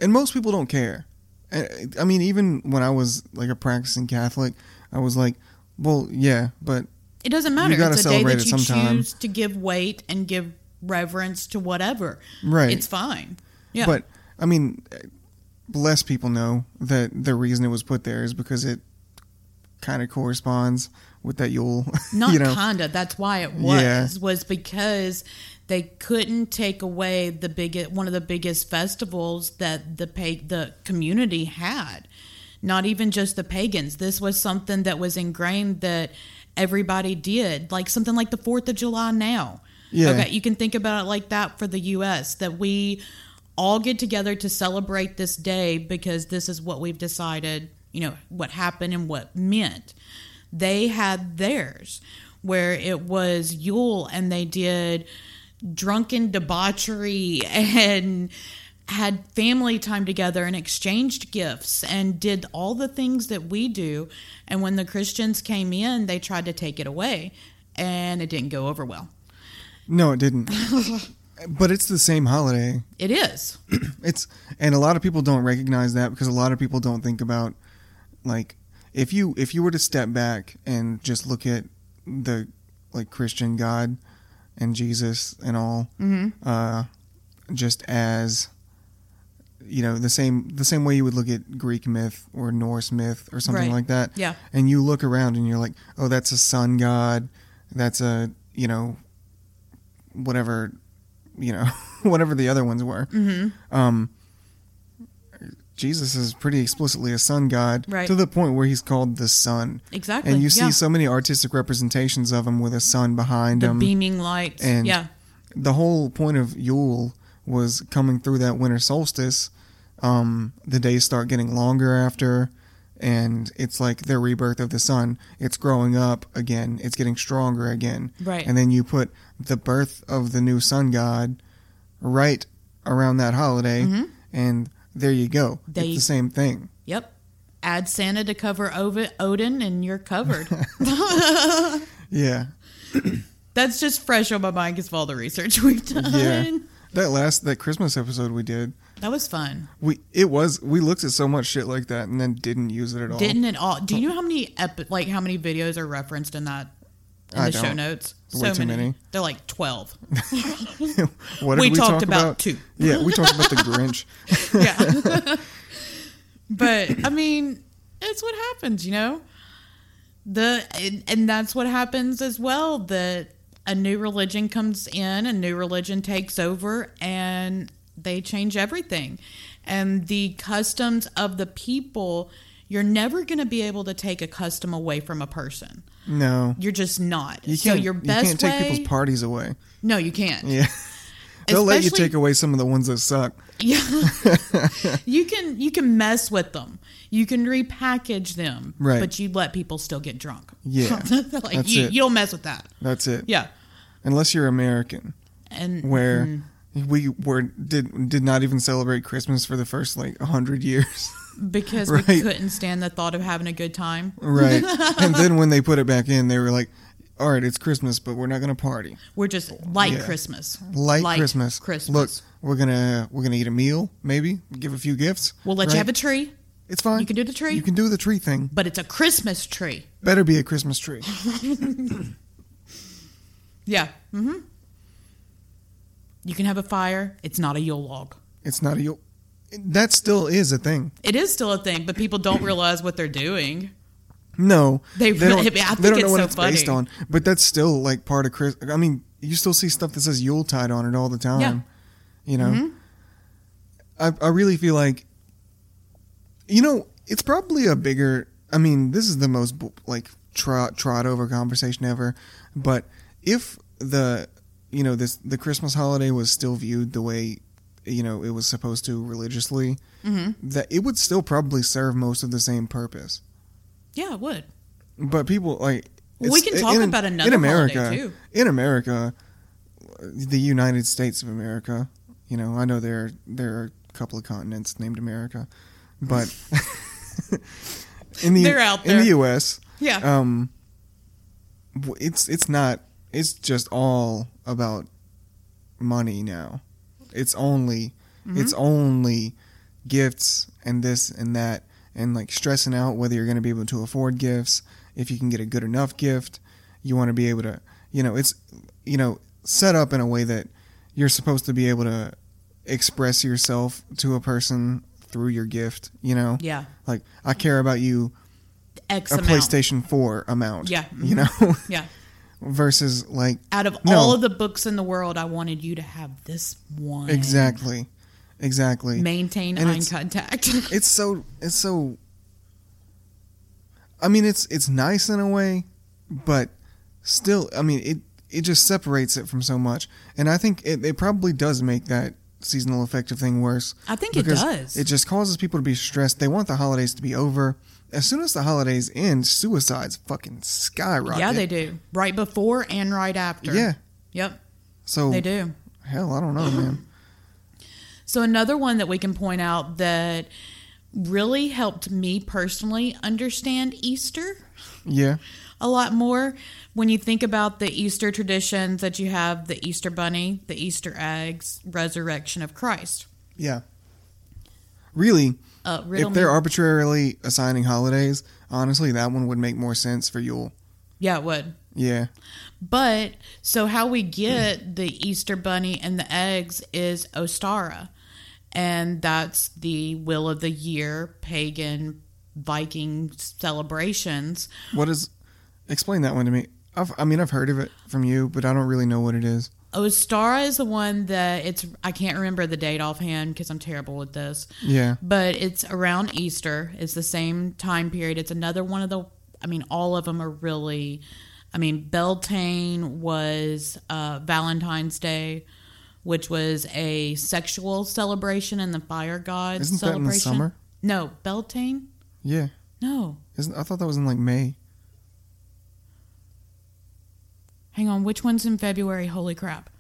Speaker 2: and most people don't care. And, I mean, even when I was like a practicing Catholic, I was like, "Well, yeah, but
Speaker 1: It doesn't matter.
Speaker 2: gotta
Speaker 1: It's a day
Speaker 2: celebrate
Speaker 1: that
Speaker 2: it
Speaker 1: you
Speaker 2: sometime.
Speaker 1: choose to give weight and give reverence to whatever.
Speaker 2: Right.
Speaker 1: It's fine. Yeah.
Speaker 2: But I mean, less people know that the reason it was put there is because it kind of corresponds with that Yule. *laughs*
Speaker 1: *laughs* not
Speaker 2: you know,
Speaker 1: kinda. That's why it was
Speaker 2: Yeah.
Speaker 1: was because they couldn't take away the biggest one of the biggest festivals that the pa- the community had. Not even just the pagans. This was something that was ingrained that everybody did, like something like the Fourth of July now.
Speaker 2: Yeah.
Speaker 1: Okay, you can think about it like that for the U.S. That we all get together to celebrate this day because this is what we've decided. You know what happened and what meant. They had theirs, where it was Yule, and they did drunken debauchery and had family time together and exchanged gifts and did all the things that we do. And when the Christians came in, they tried to take it away, and it didn't go over well. *laughs*
Speaker 2: no, it didn't. But it's the same holiday.
Speaker 1: It is.
Speaker 2: It's and a lot of people don't recognize that because a lot of people don't think about like if you if you were to step back and just look at the like Christian God and Jesus and all
Speaker 1: Mm-hmm.
Speaker 2: uh, just as you know the same the same way you would look at Greek myth or Norse myth or something
Speaker 1: Right.
Speaker 2: like that
Speaker 1: Yeah.
Speaker 2: and you look around and you're like oh that's a sun god that's a you know whatever you know *laughs* whatever the other ones were
Speaker 1: Mm-hmm.
Speaker 2: um jesus is pretty explicitly a sun god
Speaker 1: Right.
Speaker 2: to the point where he's called the sun
Speaker 1: Exactly.
Speaker 2: and you see
Speaker 1: yeah.
Speaker 2: so many artistic representations of him with a sun behind
Speaker 1: the
Speaker 2: him
Speaker 1: beaming lights.
Speaker 2: and-
Speaker 1: yeah.
Speaker 2: the whole point of Yule was coming through that winter solstice. Um, the days start getting longer after, and it's like the rebirth of the sun. It's growing up again. It's getting stronger again.
Speaker 1: Right.
Speaker 2: And then you put the birth of the new sun god right around that holiday, and there you go.
Speaker 1: They-
Speaker 2: it's the same thing.
Speaker 1: Yep. Add Santa to cover Ov- Odin, and you're
Speaker 2: *laughs*
Speaker 1: covered.
Speaker 2: Yeah.
Speaker 1: That's just fresh on my mind because of all the research *laughs* we've done.
Speaker 2: Yeah. That last that Christmas episode we did,
Speaker 1: That was fun.
Speaker 2: we it was we looked at so much shit like that and then didn't use it at all.
Speaker 1: Didn't it all? Do you know how many epi- like how many videos are referenced in that in
Speaker 2: I
Speaker 1: the show
Speaker 2: don't.
Speaker 1: notes?
Speaker 2: Way too many.
Speaker 1: They're like twelve.
Speaker 2: What
Speaker 1: We
Speaker 2: did we
Speaker 1: talked
Speaker 2: talk
Speaker 1: about
Speaker 2: about,
Speaker 1: two.
Speaker 2: Yeah, we talked about the Grinch.
Speaker 1: yeah.
Speaker 2: *laughs*
Speaker 1: but I mean, it's what happens, you know. The and, and that's what happens as well. That a new religion comes in, a new religion takes over, and they change everything. And the customs of the people, you're never going to be able to take a custom away from a person.
Speaker 2: No,
Speaker 1: You're just not.
Speaker 2: you
Speaker 1: so
Speaker 2: can't.
Speaker 1: your
Speaker 2: you can't
Speaker 1: best
Speaker 2: take
Speaker 1: way,
Speaker 2: people's parties away.
Speaker 1: no, you can't.
Speaker 2: Yeah, *laughs* they'll let you
Speaker 1: Especially-
Speaker 2: take away some of the ones that suck.
Speaker 1: Yeah. you can you can mess with them. You can repackage them.
Speaker 2: Right.
Speaker 1: But you let people still get drunk.
Speaker 2: Yeah.
Speaker 1: *laughs* like
Speaker 2: That's
Speaker 1: you,
Speaker 2: it.
Speaker 1: you don't mess with that.
Speaker 2: That's it.
Speaker 1: Yeah.
Speaker 2: unless you're American,
Speaker 1: And
Speaker 2: where
Speaker 1: Mm-hmm.
Speaker 2: we were did did not even celebrate Christmas for the first like hundred years, *laughs*
Speaker 1: because we
Speaker 2: Right.
Speaker 1: couldn't stand the thought of having a good time. *laughs*
Speaker 2: right? and then when they put it back in, they were like, "All right, it's Christmas, but we're not gonna party.
Speaker 1: We're just like
Speaker 2: Yeah.
Speaker 1: Christmas.
Speaker 2: Light,
Speaker 1: Like
Speaker 2: Christmas.
Speaker 1: Christmas.
Speaker 2: Look, we're gonna we're gonna eat a meal, maybe give a few gifts.
Speaker 1: we'll let
Speaker 2: right?
Speaker 1: you have a tree,
Speaker 2: It's fine.
Speaker 1: you can do the tree.
Speaker 2: You can do the tree thing.
Speaker 1: but it's a Christmas tree.
Speaker 2: Better be a Christmas tree.
Speaker 1: Yeah. Mm-hmm. You can have a fire. It's not a Yule log.
Speaker 2: It's not a Yule. That still is a thing.
Speaker 1: It is still a thing, but people don't realize what they're doing.
Speaker 2: No,
Speaker 1: They
Speaker 2: don't,
Speaker 1: really- I think
Speaker 2: they don't
Speaker 1: it's
Speaker 2: know what
Speaker 1: so
Speaker 2: it's based
Speaker 1: funny.
Speaker 2: on. But that's still like part of Chris. I mean, you still see stuff that says Yuletide on it all the time. You know,
Speaker 1: Mm-hmm.
Speaker 2: I I really feel like, you know, it's probably a bigger. I mean, this is the most bu- like trot trot over conversation ever. But if the you know this the Christmas holiday was still viewed the way you know it was supposed to religiously,
Speaker 1: Mm-hmm.
Speaker 2: that it would still probably serve most of the same purpose.
Speaker 1: Yeah, it would.
Speaker 2: But people like
Speaker 1: Well, we
Speaker 2: it's-
Speaker 1: can talk about another holiday, too.
Speaker 2: In America, the United States of America. You know, I know there there are a couple of continents named America,
Speaker 1: *laughs*
Speaker 2: but *laughs* in the
Speaker 1: They're out
Speaker 2: in
Speaker 1: there.
Speaker 2: the U.S.
Speaker 1: Yeah.
Speaker 2: Um, w- it's it's not. It's just all about money now. It's only it's only gifts and this and that and like stressing out whether you're going to be able to afford gifts. If you can get a good enough gift, you want to be able to. You know, it's you know set up in a way that you're supposed to be able to express yourself to a person through your gift. You know,
Speaker 1: Yeah.
Speaker 2: like I care about you
Speaker 1: X
Speaker 2: a
Speaker 1: amount.
Speaker 2: PlayStation 4 amount.
Speaker 1: Yeah. Mm-hmm.
Speaker 2: You know, *laughs*
Speaker 1: Yeah.
Speaker 2: versus like
Speaker 1: Out of
Speaker 2: No.
Speaker 1: all of the books in the world, I wanted you to have this one.
Speaker 2: exactly. Exactly.
Speaker 1: Maintain
Speaker 2: And
Speaker 1: eye
Speaker 2: it's-
Speaker 1: contact.
Speaker 2: *laughs* It's so it's so I mean it's it's nice in a way, but still I mean it it just separates it from so much. And I think it, it probably does make that seasonal affective thing worse.
Speaker 1: I think it
Speaker 2: because
Speaker 1: does.
Speaker 2: It just causes people to be stressed. They want the holidays to be over. As soon as the holidays end, suicides fucking skyrocket.
Speaker 1: yeah, they do. Right before and right after.
Speaker 2: Yeah.
Speaker 1: Yep.
Speaker 2: So
Speaker 1: They do.
Speaker 2: Hell, I don't know, man.
Speaker 1: So another one that we can point out that really helped me personally understand Easter
Speaker 2: Yeah.
Speaker 1: a lot more when you think about the Easter traditions that you have the Easter bunny, the Easter eggs, resurrection of Christ.
Speaker 2: Yeah. Really,
Speaker 1: Uh, riddle
Speaker 2: if they're
Speaker 1: me-
Speaker 2: arbitrarily assigning holidays, honestly, that one would make more sense for Yule.
Speaker 1: yeah, it would.
Speaker 2: Yeah.
Speaker 1: But so how we get the Easter bunny and the eggs is Ostara. And that's the will of the year pagan Viking celebrations.
Speaker 2: What is? Explain that one to me. I've, I mean, I've heard of it from you, but I don't really know what it is.
Speaker 1: Ostara is the one that it's I can't remember the date offhand because I'm terrible with this.
Speaker 2: Yeah.
Speaker 1: But it's around Easter. It's the same time period. It's another one of the. I mean, all of them are really. I mean, Beltane was uh, Valentine's Day, which was a sexual celebration and the fire god
Speaker 2: Isn't that in
Speaker 1: celebration.
Speaker 2: the summer?
Speaker 1: No, Beltane.
Speaker 2: Yeah.
Speaker 1: No,
Speaker 2: Isn't? I thought that was in like May.
Speaker 1: hang on. Which one's in February? Holy crap!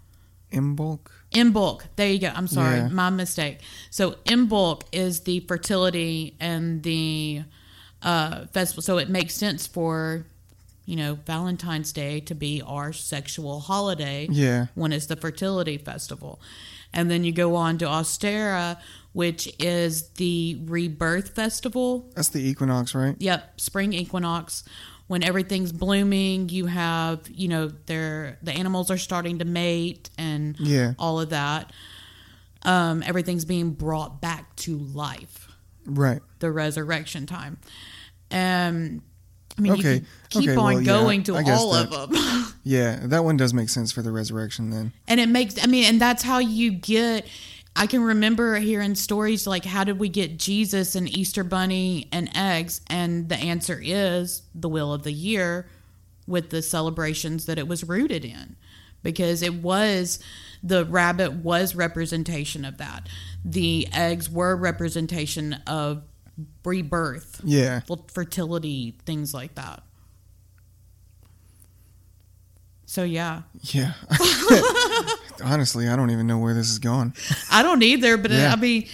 Speaker 2: In bulk.
Speaker 1: In bulk. There you go. I'm sorry.
Speaker 2: Yeah.
Speaker 1: My mistake. So, in bulk is the fertility and the uh, festival. So, it makes sense for, you know, Valentine's Day to be our sexual holiday
Speaker 2: Yeah.
Speaker 1: one is the fertility festival and then you go on to austera which is the rebirth festival
Speaker 2: That's the equinox, right?
Speaker 1: yep spring equinox when everything's blooming you have you know they're the animals are starting to mate and
Speaker 2: Yeah.
Speaker 1: all of that um, everything's being brought back to life
Speaker 2: Right.
Speaker 1: the resurrection time um i mean
Speaker 2: Okay.
Speaker 1: you can keep
Speaker 2: Okay,
Speaker 1: on
Speaker 2: well, yeah,
Speaker 1: going to
Speaker 2: I guess
Speaker 1: all
Speaker 2: that-
Speaker 1: of them
Speaker 2: Yeah. That one does make sense for the resurrection then.
Speaker 1: and it makes i mean and that's how you get i can remember hearing stories like how did we get jesus and easter bunny and eggs and the answer is the will of the year with the celebrations that it was rooted in because it was the rabbit was representation of that the eggs were representation of rebirth
Speaker 2: Yeah.
Speaker 1: fel- fertility things like that so yeah
Speaker 2: Yeah. *laughs* Honestly, I don't even know where this is going.
Speaker 1: I don't either, but uh,
Speaker 2: Yeah.
Speaker 1: I mean,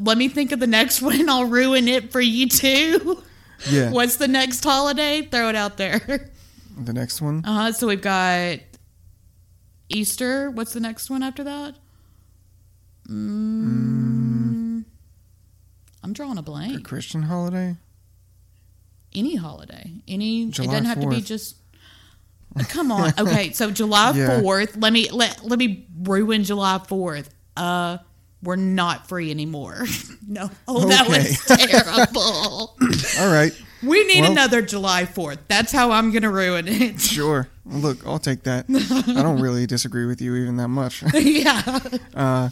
Speaker 1: let me think of the next *laughs* one. and I'll ruin it for you too.
Speaker 2: Yeah.
Speaker 1: What's the next holiday? Throw it out there. *laughs*
Speaker 2: The next one.
Speaker 1: Uh huh. So we've got Easter. What's the next one after that? Mm, I'm drawing a
Speaker 2: A
Speaker 1: blank.
Speaker 2: Christian holiday.
Speaker 1: Any holiday, any. it
Speaker 2: July
Speaker 1: doesn't have to be
Speaker 2: 4th.
Speaker 1: just. Come
Speaker 2: *laughs*
Speaker 1: on. Okay, so July
Speaker 2: Yeah.
Speaker 1: Fourth. Let me let let me ruin July Fourth. Uh, we're not free anymore. *laughs* no, oh, that
Speaker 2: Okay.
Speaker 1: was
Speaker 2: *laughs*
Speaker 1: terrible.
Speaker 2: All right.
Speaker 1: we need
Speaker 2: Well-
Speaker 1: another July Fourth. That's how I'm gonna ruin it. *laughs*
Speaker 2: Sure. Look, I'll take that. I don't really disagree with you even that much. *laughs*
Speaker 1: yeah,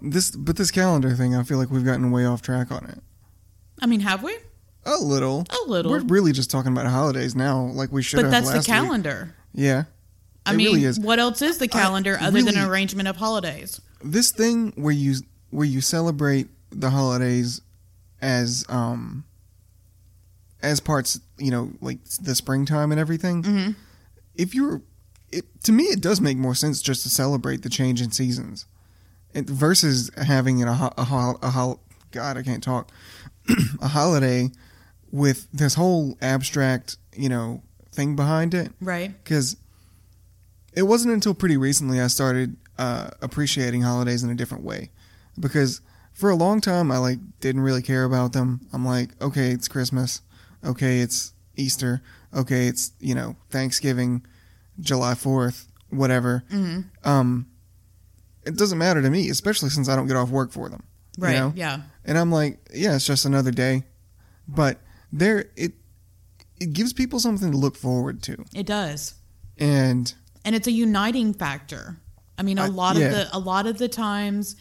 Speaker 2: This, but this calendar thing, I feel like we've gotten way off track on it.
Speaker 1: I mean, have we?
Speaker 2: A little.
Speaker 1: A little.
Speaker 2: We're really just talking about holidays now, like we should
Speaker 1: but
Speaker 2: have
Speaker 1: that's the
Speaker 2: last week.
Speaker 1: calendar.
Speaker 2: Yeah.
Speaker 1: I
Speaker 2: it
Speaker 1: mean,
Speaker 2: really is.
Speaker 1: what else is the calendar other than an
Speaker 2: really-
Speaker 1: arrangement of holidays?
Speaker 2: This thing where you where you celebrate the holidays as um as parts, you know, like the springtime and everything. If you're it, to me it does make more sense just to celebrate the change in seasons. It, versus having it a ho- a, ho- a ho- god, I can't talk. *clears throat* a holiday with this whole abstract, you know, thing behind it.
Speaker 1: Right.
Speaker 2: because it wasn't until pretty recently I started uh, appreciating holidays in a different way. Because for a long time I like didn't really care about them. I'm like, okay, it's Christmas, okay, it's Easter, okay, it's you know Thanksgiving, July Fourth, whatever.
Speaker 1: Mm-hmm.
Speaker 2: Um, it doesn't matter to me, especially since I don't get off work for them. you
Speaker 1: Right.
Speaker 2: know?
Speaker 1: Yeah.
Speaker 2: And I'm like, yeah, it's just another day, but there it it gives people something to look forward to,
Speaker 1: It does.
Speaker 2: and
Speaker 1: and it's a uniting factor. I mean, a
Speaker 2: I-
Speaker 1: lot
Speaker 2: yeah.
Speaker 1: of the a lot of the times,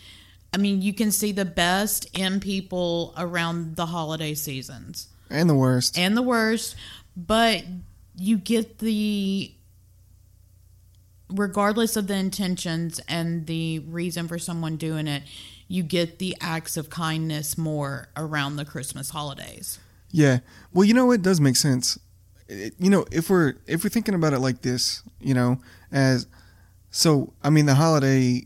Speaker 1: I mean, you can see the best in people around the holiday seasons
Speaker 2: and the worst.
Speaker 1: and the worst, but you get the regardless of the intentions and the reason for someone doing it, you get the acts of kindness more around the Christmas holidays.
Speaker 2: yeah. Well, you know it does make sense. It- you know, if we're if we're thinking about it like this, you know, as so I mean the holiday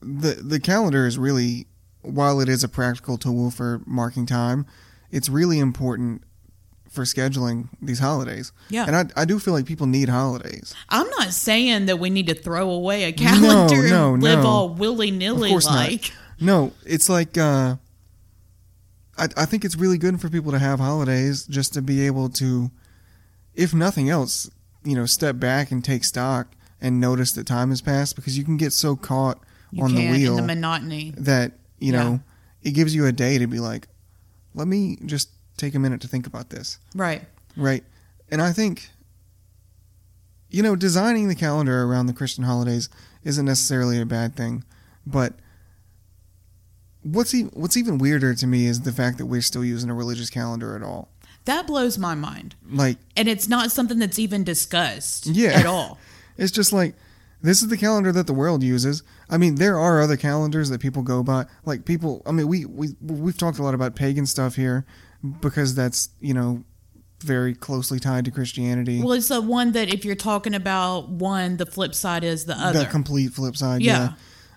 Speaker 2: the the calendar is really while it is a practical tool for marking time, it's really important for scheduling these holidays.
Speaker 1: Yeah.
Speaker 2: And I, I do feel like people need holidays.
Speaker 1: I'm not saying that we need to throw away a calendar
Speaker 2: no,
Speaker 1: and live
Speaker 2: no.
Speaker 1: all willy nilly
Speaker 2: Of course not.
Speaker 1: like.
Speaker 2: No, it's like uh, I, I think it's really good for people to have holidays just to be able to, if nothing else, you know, step back and take stock and notice that time has passed because you can get so caught
Speaker 1: You
Speaker 2: on the
Speaker 1: can't
Speaker 2: wheel
Speaker 1: in the monotony.
Speaker 2: that you
Speaker 1: Yeah.
Speaker 2: know it gives you a day to be like, let me just take a minute to think about this,
Speaker 1: Right.
Speaker 2: right? And I think. You know, designing the calendar around the Christian holidays isn't necessarily a bad thing, but what's even what's even weirder to me is the fact that we're still using a religious calendar at all.
Speaker 1: That blows my mind.
Speaker 2: Like
Speaker 1: And it's not something that's even discussed
Speaker 2: Yeah.
Speaker 1: at all.
Speaker 2: it's just like this is the calendar that the world uses. I mean, there are other calendars that people go by. Like people, I mean, we we we've talked a lot about pagan stuff here because that's you know very closely tied to Christianity.
Speaker 1: Well, it's the one that if you're talking about one, the flip side is the other.
Speaker 2: the complete flip side, yeah.
Speaker 1: Yeah.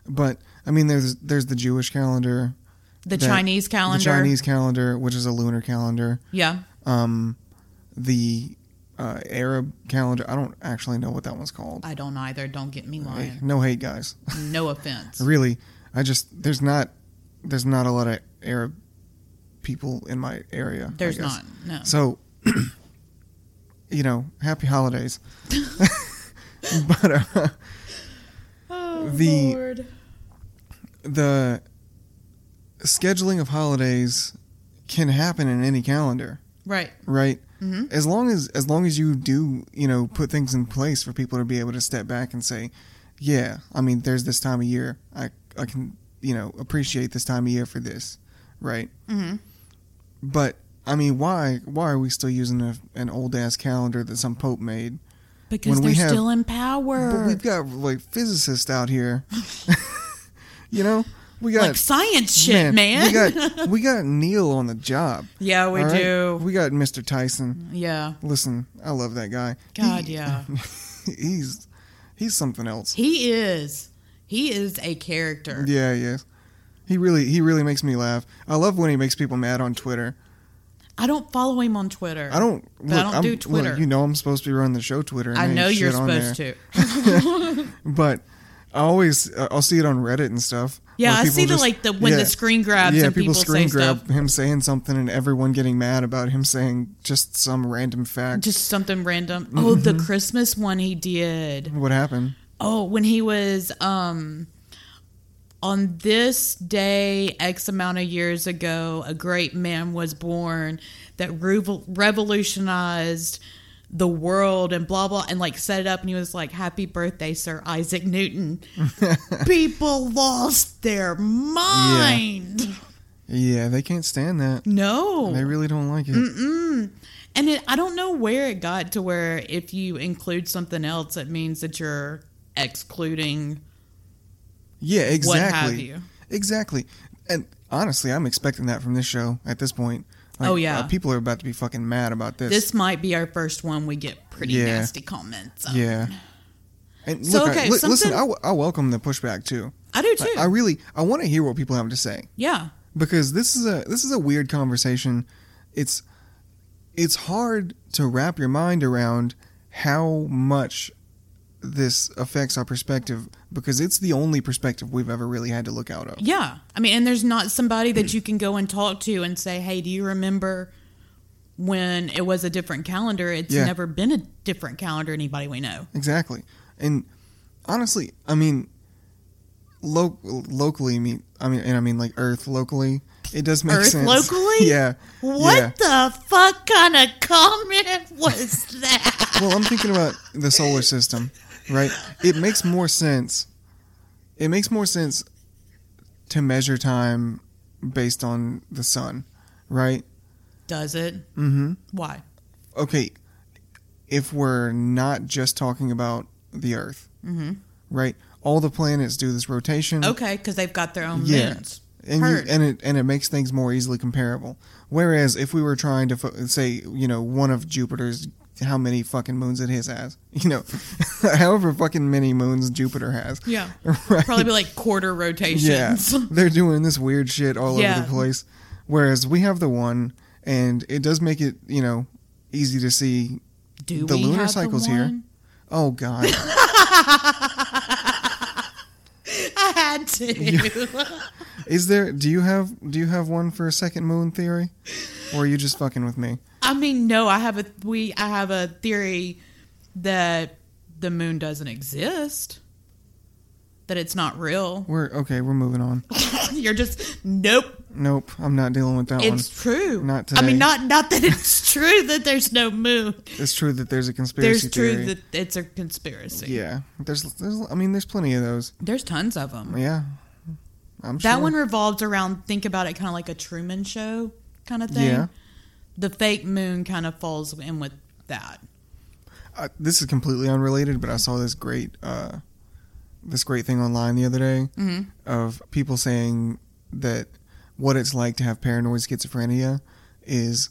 Speaker 2: But I mean, there's there's the Jewish calendar,
Speaker 1: the
Speaker 2: that-
Speaker 1: Chinese calendar.
Speaker 2: the Chinese calendar, which is a lunar calendar.
Speaker 1: Yeah.
Speaker 2: um, the uh, Arab calendar. I don't actually know what that one's called.
Speaker 1: I don't either. Don't get me
Speaker 2: Hey,
Speaker 1: lying.
Speaker 2: no hate, guys. *laughs*
Speaker 1: No offense.
Speaker 2: really, I just there's not there's not a lot of Arab people in my area. I
Speaker 1: There's
Speaker 2: guess.
Speaker 1: not. No.
Speaker 2: So, *clears throat* you know,
Speaker 1: *laughs*
Speaker 2: happy holidays. *laughs* but uh,
Speaker 1: Oh,
Speaker 2: the- the scheduling of holidays can happen in any calendar,
Speaker 1: Right.
Speaker 2: right?
Speaker 1: hmm
Speaker 2: as long as as long as you do you know put things in place for people to be able to step back and say yeah i mean there's this time of year i i can you know appreciate this time of year for this right
Speaker 1: hmm
Speaker 2: but i mean why why are we still using a, an old ass calendar that some pope made
Speaker 1: Because
Speaker 2: When we
Speaker 1: they're
Speaker 2: have-
Speaker 1: still in
Speaker 2: but
Speaker 1: power.
Speaker 2: we've got like physicists out here *laughs* you know we got
Speaker 1: like science shit, man. *laughs*
Speaker 2: we got we got neil on the job
Speaker 1: yeah, Oh, we
Speaker 2: all right?
Speaker 1: do.
Speaker 2: we got mr tyson
Speaker 1: Yeah.
Speaker 2: Listen, I love that guy.
Speaker 1: God, yeah.
Speaker 2: *laughs* he's he's something else.
Speaker 1: He is. He is a character.
Speaker 2: Yeah, yeah. He really he really makes me laugh. I love when he makes people mad on Twitter.
Speaker 1: I don't follow him on Twitter.
Speaker 2: I don't.
Speaker 1: But I
Speaker 2: look,
Speaker 1: don't
Speaker 2: I'm-
Speaker 1: do
Speaker 2: look,
Speaker 1: Twitter.
Speaker 2: you know I'm supposed to be running the show Twitter. And
Speaker 1: I
Speaker 2: ain't
Speaker 1: know you're
Speaker 2: shit on
Speaker 1: supposed to.
Speaker 2: there. But I always uh, I'll see it on Reddit and stuff.
Speaker 1: Yeah,
Speaker 2: where
Speaker 1: I
Speaker 2: people
Speaker 1: see the
Speaker 2: just-
Speaker 1: like the when
Speaker 2: yeah.
Speaker 1: the screen grabs
Speaker 2: yeah,
Speaker 1: and people,
Speaker 2: screen
Speaker 1: say
Speaker 2: grab
Speaker 1: stuff.
Speaker 2: him saying something and everyone getting mad about him saying just some random fact.
Speaker 1: Just something random. Oh, the
Speaker 2: Mm-hmm.
Speaker 1: Christmas one he did.
Speaker 2: what happened?
Speaker 1: Oh, when he was um on this day X amount of years ago, a great man was born that revo- revolutionized the world and blah blah and like set it up and he was like happy birthday sir isaac
Speaker 2: *laughs*
Speaker 1: newton people lost their mind
Speaker 2: Yeah, they can't stand that.
Speaker 1: no
Speaker 2: They really don't like it.
Speaker 1: And it, I don't know where it got to where if you include something else, it means that you're excluding
Speaker 2: Yeah, exactly.
Speaker 1: what have you.
Speaker 2: Exactly. And honestly, I'm expecting that from this show at this point.
Speaker 1: Oh, yeah.
Speaker 2: uh, people are about to be fucking mad about this.
Speaker 1: This might be our first one we get pretty
Speaker 2: Yeah.
Speaker 1: nasty comments on.
Speaker 2: yeah. And
Speaker 1: um, So,
Speaker 2: look, I-
Speaker 1: okay,
Speaker 2: li- listen,
Speaker 1: something-
Speaker 2: I, w- I welcome the pushback too.
Speaker 1: I do
Speaker 2: I,
Speaker 1: too.
Speaker 2: I really I want to hear what people have to say
Speaker 1: yeah.
Speaker 2: because this is a this is a weird conversation. It's it's hard to wrap your mind around how much this affects our perspective because it's the only perspective we've ever really had to look out of.
Speaker 1: Yeah. I mean, and there's not somebody that you can go and talk to and say, hey, do you remember when it was a different calendar? It's
Speaker 2: Yeah.
Speaker 1: never been a different calendar, anybody we know.
Speaker 2: Exactly. And honestly, I mean, lo- locally, I mean, I mean, and I mean like Earth locally, it does make
Speaker 1: Earth
Speaker 2: sense.
Speaker 1: locally?
Speaker 2: *laughs* yeah. Yeah.
Speaker 1: What the fuck kind of comment was that?
Speaker 2: Well, I'm thinking about the solar system, right? It makes more sense. It makes more sense to measure time based on the sun, right?
Speaker 1: Does it?
Speaker 2: Mm-hmm.
Speaker 1: Why?
Speaker 2: Okay, if we're not just talking about the Earth,
Speaker 1: Mm-hmm. Oh,
Speaker 2: right? All the planets do this rotation.
Speaker 1: Okay, because they've got their own
Speaker 2: Yeah.
Speaker 1: moons.
Speaker 2: and you,
Speaker 1: Heard.
Speaker 2: and it and it makes things more easily comparable. Whereas if we were trying to fo- say you know one of Jupiter's how many fucking moons it his has. *laughs* You know, however fucking many moons Jupiter has.
Speaker 1: Yeah.
Speaker 2: *laughs* Right.
Speaker 1: Probably be like quarter
Speaker 2: Yeah,
Speaker 1: rotations. *laughs*
Speaker 2: they're doing this weird shit all
Speaker 1: Yeah.
Speaker 2: over the place. Whereas we have the one, and it does make it you know easy to see.
Speaker 1: Do
Speaker 2: The
Speaker 1: we
Speaker 2: lunar
Speaker 1: have the
Speaker 2: cycle's here.
Speaker 1: one? *laughs*
Speaker 2: Oh god,
Speaker 1: I had to.
Speaker 2: is there? Do you have? Do you have one for a second moon theory, or are you just fucking with me?
Speaker 1: *laughs* I mean, no, I have a we I have a theory that the moon doesn't exist. That it's not real. *laughs*
Speaker 2: We're okay. We're moving on.
Speaker 1: You're just nope.
Speaker 2: Nope, I'm not dealing with that
Speaker 1: It's true.
Speaker 2: Not
Speaker 1: I
Speaker 2: today.
Speaker 1: mean, not not that it's true that there's no moon.
Speaker 2: one. It's true that there's a
Speaker 1: There's
Speaker 2: conspiracy
Speaker 1: true
Speaker 2: theory.
Speaker 1: that it's a conspiracy.
Speaker 2: yeah, there's, there's, I mean, there's plenty of those.
Speaker 1: There's tons of them.
Speaker 2: Yeah, I'm
Speaker 1: That
Speaker 2: sure.
Speaker 1: one revolved around think about it kind of like a Truman Show kind of thing.
Speaker 2: Yeah.
Speaker 1: The fake moon kind of falls in with that.
Speaker 2: uh, this is completely unrelated, but I saw this great uh, this great thing online the other day
Speaker 1: Mm-hmm.
Speaker 2: of people saying that what it's like to have paranoid schizophrenia is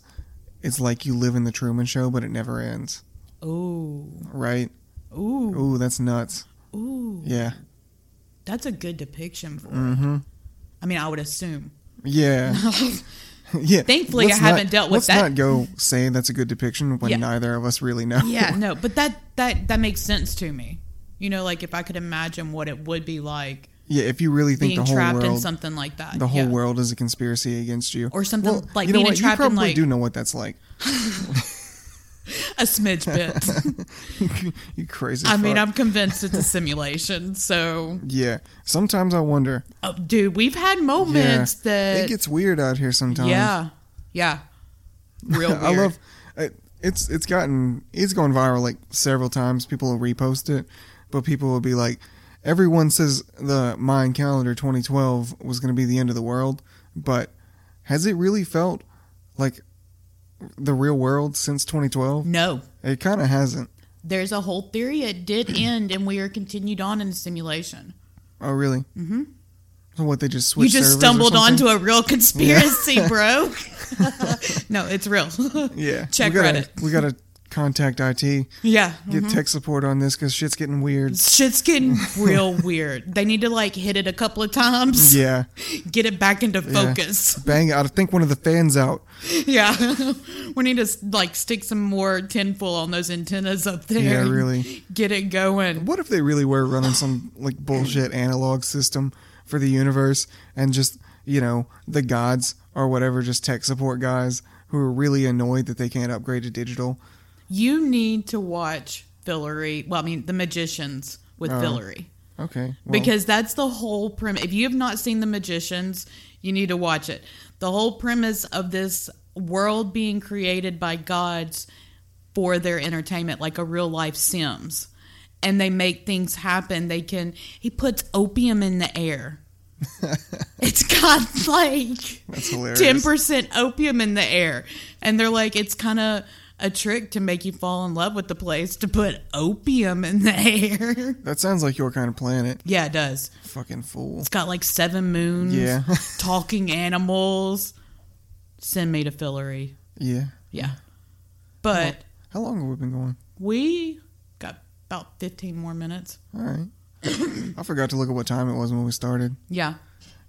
Speaker 2: it's like you live in the Truman Show, but it never ends.
Speaker 1: Ooh,
Speaker 2: Right?
Speaker 1: ooh,
Speaker 2: Ooh, that's nuts.
Speaker 1: ooh.
Speaker 2: Yeah,
Speaker 1: That's a good depiction for.
Speaker 2: Mhm.
Speaker 1: It. I mean, I would
Speaker 2: *laughs*
Speaker 1: assume. *laughs*
Speaker 2: yeah, yeah.
Speaker 1: Thankfully, I haven't dealt with
Speaker 2: let's
Speaker 1: that.
Speaker 2: not go saying that's a good depiction when
Speaker 1: Yeah.
Speaker 2: neither of us really know.
Speaker 1: Yeah, no, but that that that makes sense to me. You know, like if I could imagine what it would be like
Speaker 2: *laughs* yeah. If you really think
Speaker 1: being
Speaker 2: the whole
Speaker 1: trapped in
Speaker 2: world,
Speaker 1: something like that.
Speaker 2: the whole
Speaker 1: yeah.
Speaker 2: world is a conspiracy against you,
Speaker 1: Or something like
Speaker 2: you know
Speaker 1: being
Speaker 2: what?
Speaker 1: trapped
Speaker 2: you
Speaker 1: in
Speaker 2: probably
Speaker 1: like
Speaker 2: do know what that's like. *laughs*
Speaker 1: a smidge bit.
Speaker 2: you crazy.
Speaker 1: I mean,
Speaker 2: fuck.
Speaker 1: I'm convinced it's a simulation. So,
Speaker 2: Yeah. Sometimes I wonder.
Speaker 1: oh, dude, we've had
Speaker 2: Yeah.
Speaker 1: moments that
Speaker 2: it gets weird out here sometimes.
Speaker 1: yeah, yeah, real. Weird.
Speaker 2: *laughs* I love. It, it's it's gotten it's gone viral like several times. People will repost it, but people will be like, everyone says the Mayan calendar 2012 was going to be the end of the world, but has it really felt like the real world since 2012?
Speaker 1: no.
Speaker 2: It kind of hasn't.
Speaker 1: There's a whole theory it did end, and we are continued on in simulation.
Speaker 2: Oh, really? Mm-hmm. So what they just
Speaker 1: You
Speaker 2: switched?
Speaker 1: just
Speaker 2: servers or
Speaker 1: stumbled
Speaker 2: something?
Speaker 1: onto a real conspiracy, bro. no, it's real.
Speaker 2: *laughs* Yeah.
Speaker 1: Check
Speaker 2: we gotta,
Speaker 1: Reddit. Mm-hmm.
Speaker 2: We got to contact IT.
Speaker 1: yeah.
Speaker 2: Get tech support on this because shit's
Speaker 1: *laughs*
Speaker 2: getting weird.
Speaker 1: Shit's getting
Speaker 2: *laughs*
Speaker 1: real weird. They need to like hit it a couple of times,
Speaker 2: Yeah.
Speaker 1: get it back into
Speaker 2: yeah.
Speaker 1: focus. *laughs*
Speaker 2: Bang out. I think one of the fans out.
Speaker 1: Yeah. *laughs* we need to like stick some more tinfoil on those antennas up there.
Speaker 2: Yeah,
Speaker 1: and
Speaker 2: really.
Speaker 1: Get it going.
Speaker 2: What if they really were running some like bullshit analog system for the universe and just, you know, the gods or whatever, just tech support guys who are really annoyed that they can't upgrade to digital?
Speaker 1: You need to watch Fillory. Well, I mean, The Magicians with Fillory.
Speaker 2: Okay. well,
Speaker 1: because that's the whole premise. If you have not seen The Magicians, you need to watch it. The whole premise of this world being created by gods for their entertainment, like a real life Sims, and they make things happen. They can. He puts opium in the
Speaker 2: *laughs*
Speaker 1: air. it's got like
Speaker 2: that's hilarious.
Speaker 1: ten percent opium in the air, and they're like, it's kind of a trick to make you fall in love with the place to put opium in the *laughs* air.
Speaker 2: that sounds like your kind of planet.
Speaker 1: yeah, it does.
Speaker 2: Fucking fool.
Speaker 1: It's got like seven moons,
Speaker 2: Yeah. *laughs*
Speaker 1: talking animals. Send me to Fillory.
Speaker 2: Yeah.
Speaker 1: Yeah. But
Speaker 2: How long have we been going?
Speaker 1: we got about 15 more minutes.
Speaker 2: All right. *coughs* I forgot to look at what time it was when we started.
Speaker 1: Yeah.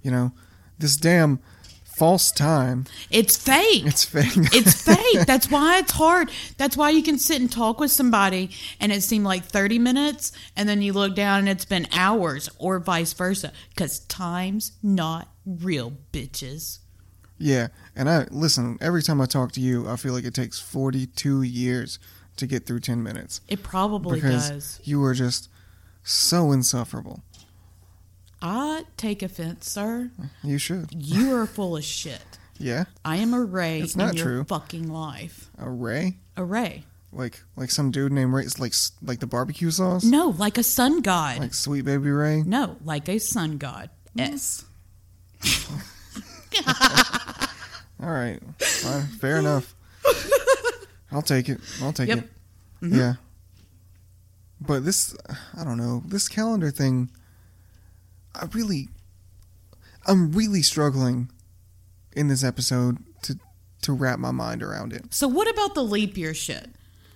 Speaker 2: You know, this damn false time. *laughs*
Speaker 1: It's fake.
Speaker 2: It's *laughs* fake.
Speaker 1: It's fake. That's why it's hard. That's why you can sit and talk with somebody and it seemed like 30 minutes and then you look down and it's been hours or vice versa because time's not real, bitches.
Speaker 2: yeah. And I listen, every time I talk to you, I feel like it takes 42 years to get through 10 minutes
Speaker 1: It probably
Speaker 2: because
Speaker 1: does.
Speaker 2: you are just so insufferable.
Speaker 1: I take offense, sir.
Speaker 2: You should.
Speaker 1: You are full of shit.
Speaker 2: Yeah.
Speaker 1: I am a ray
Speaker 2: It's
Speaker 1: in
Speaker 2: not
Speaker 1: your
Speaker 2: true.
Speaker 1: fucking life.
Speaker 2: A ray?
Speaker 1: A ray.
Speaker 2: Like like some dude named Ray, it's like s- like the barbecue sauce?
Speaker 1: No, like a sun god.
Speaker 2: Like sweet baby Ray?
Speaker 1: no, like a sun god. Eh. S.
Speaker 2: All right. Fine.
Speaker 1: *laughs*
Speaker 2: Fair enough. I'll take it. I'll take
Speaker 1: Yep. Mm-hmm.
Speaker 2: it. Yeah. But this, I don't know, this calendar thing, I really, I'm really struggling in this episode to, to wrap my mind around it.
Speaker 1: So what about the leap year shit?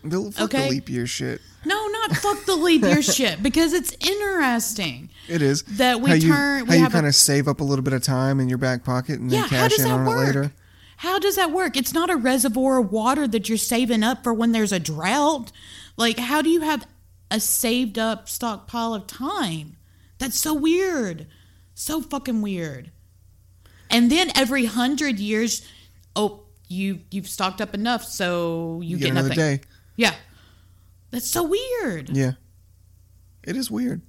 Speaker 2: The, fuck
Speaker 1: Okay.
Speaker 2: the leap year shit.
Speaker 1: No, not fuck the leap
Speaker 2: *laughs*
Speaker 1: year shit because it's interesting.
Speaker 2: It is
Speaker 1: That we
Speaker 2: how you,
Speaker 1: turn- we
Speaker 2: how you
Speaker 1: have a-
Speaker 2: kind of save up a little bit of time in your back pocket and
Speaker 1: Yeah,
Speaker 2: then
Speaker 1: how
Speaker 2: cash
Speaker 1: does
Speaker 2: in
Speaker 1: that
Speaker 2: on
Speaker 1: work?
Speaker 2: it later.
Speaker 1: How does that work? It's not a reservoir of water that you're saving up for when there's a drought. Like, how do you have a saved up stockpile of time? That's so weird. So fucking weird. And then every hundred years, oh, you you've stocked up enough, so you,
Speaker 2: You
Speaker 1: get,
Speaker 2: get another
Speaker 1: nothing.
Speaker 2: day.
Speaker 1: Yeah, that's so weird.
Speaker 2: Yeah, it is weird.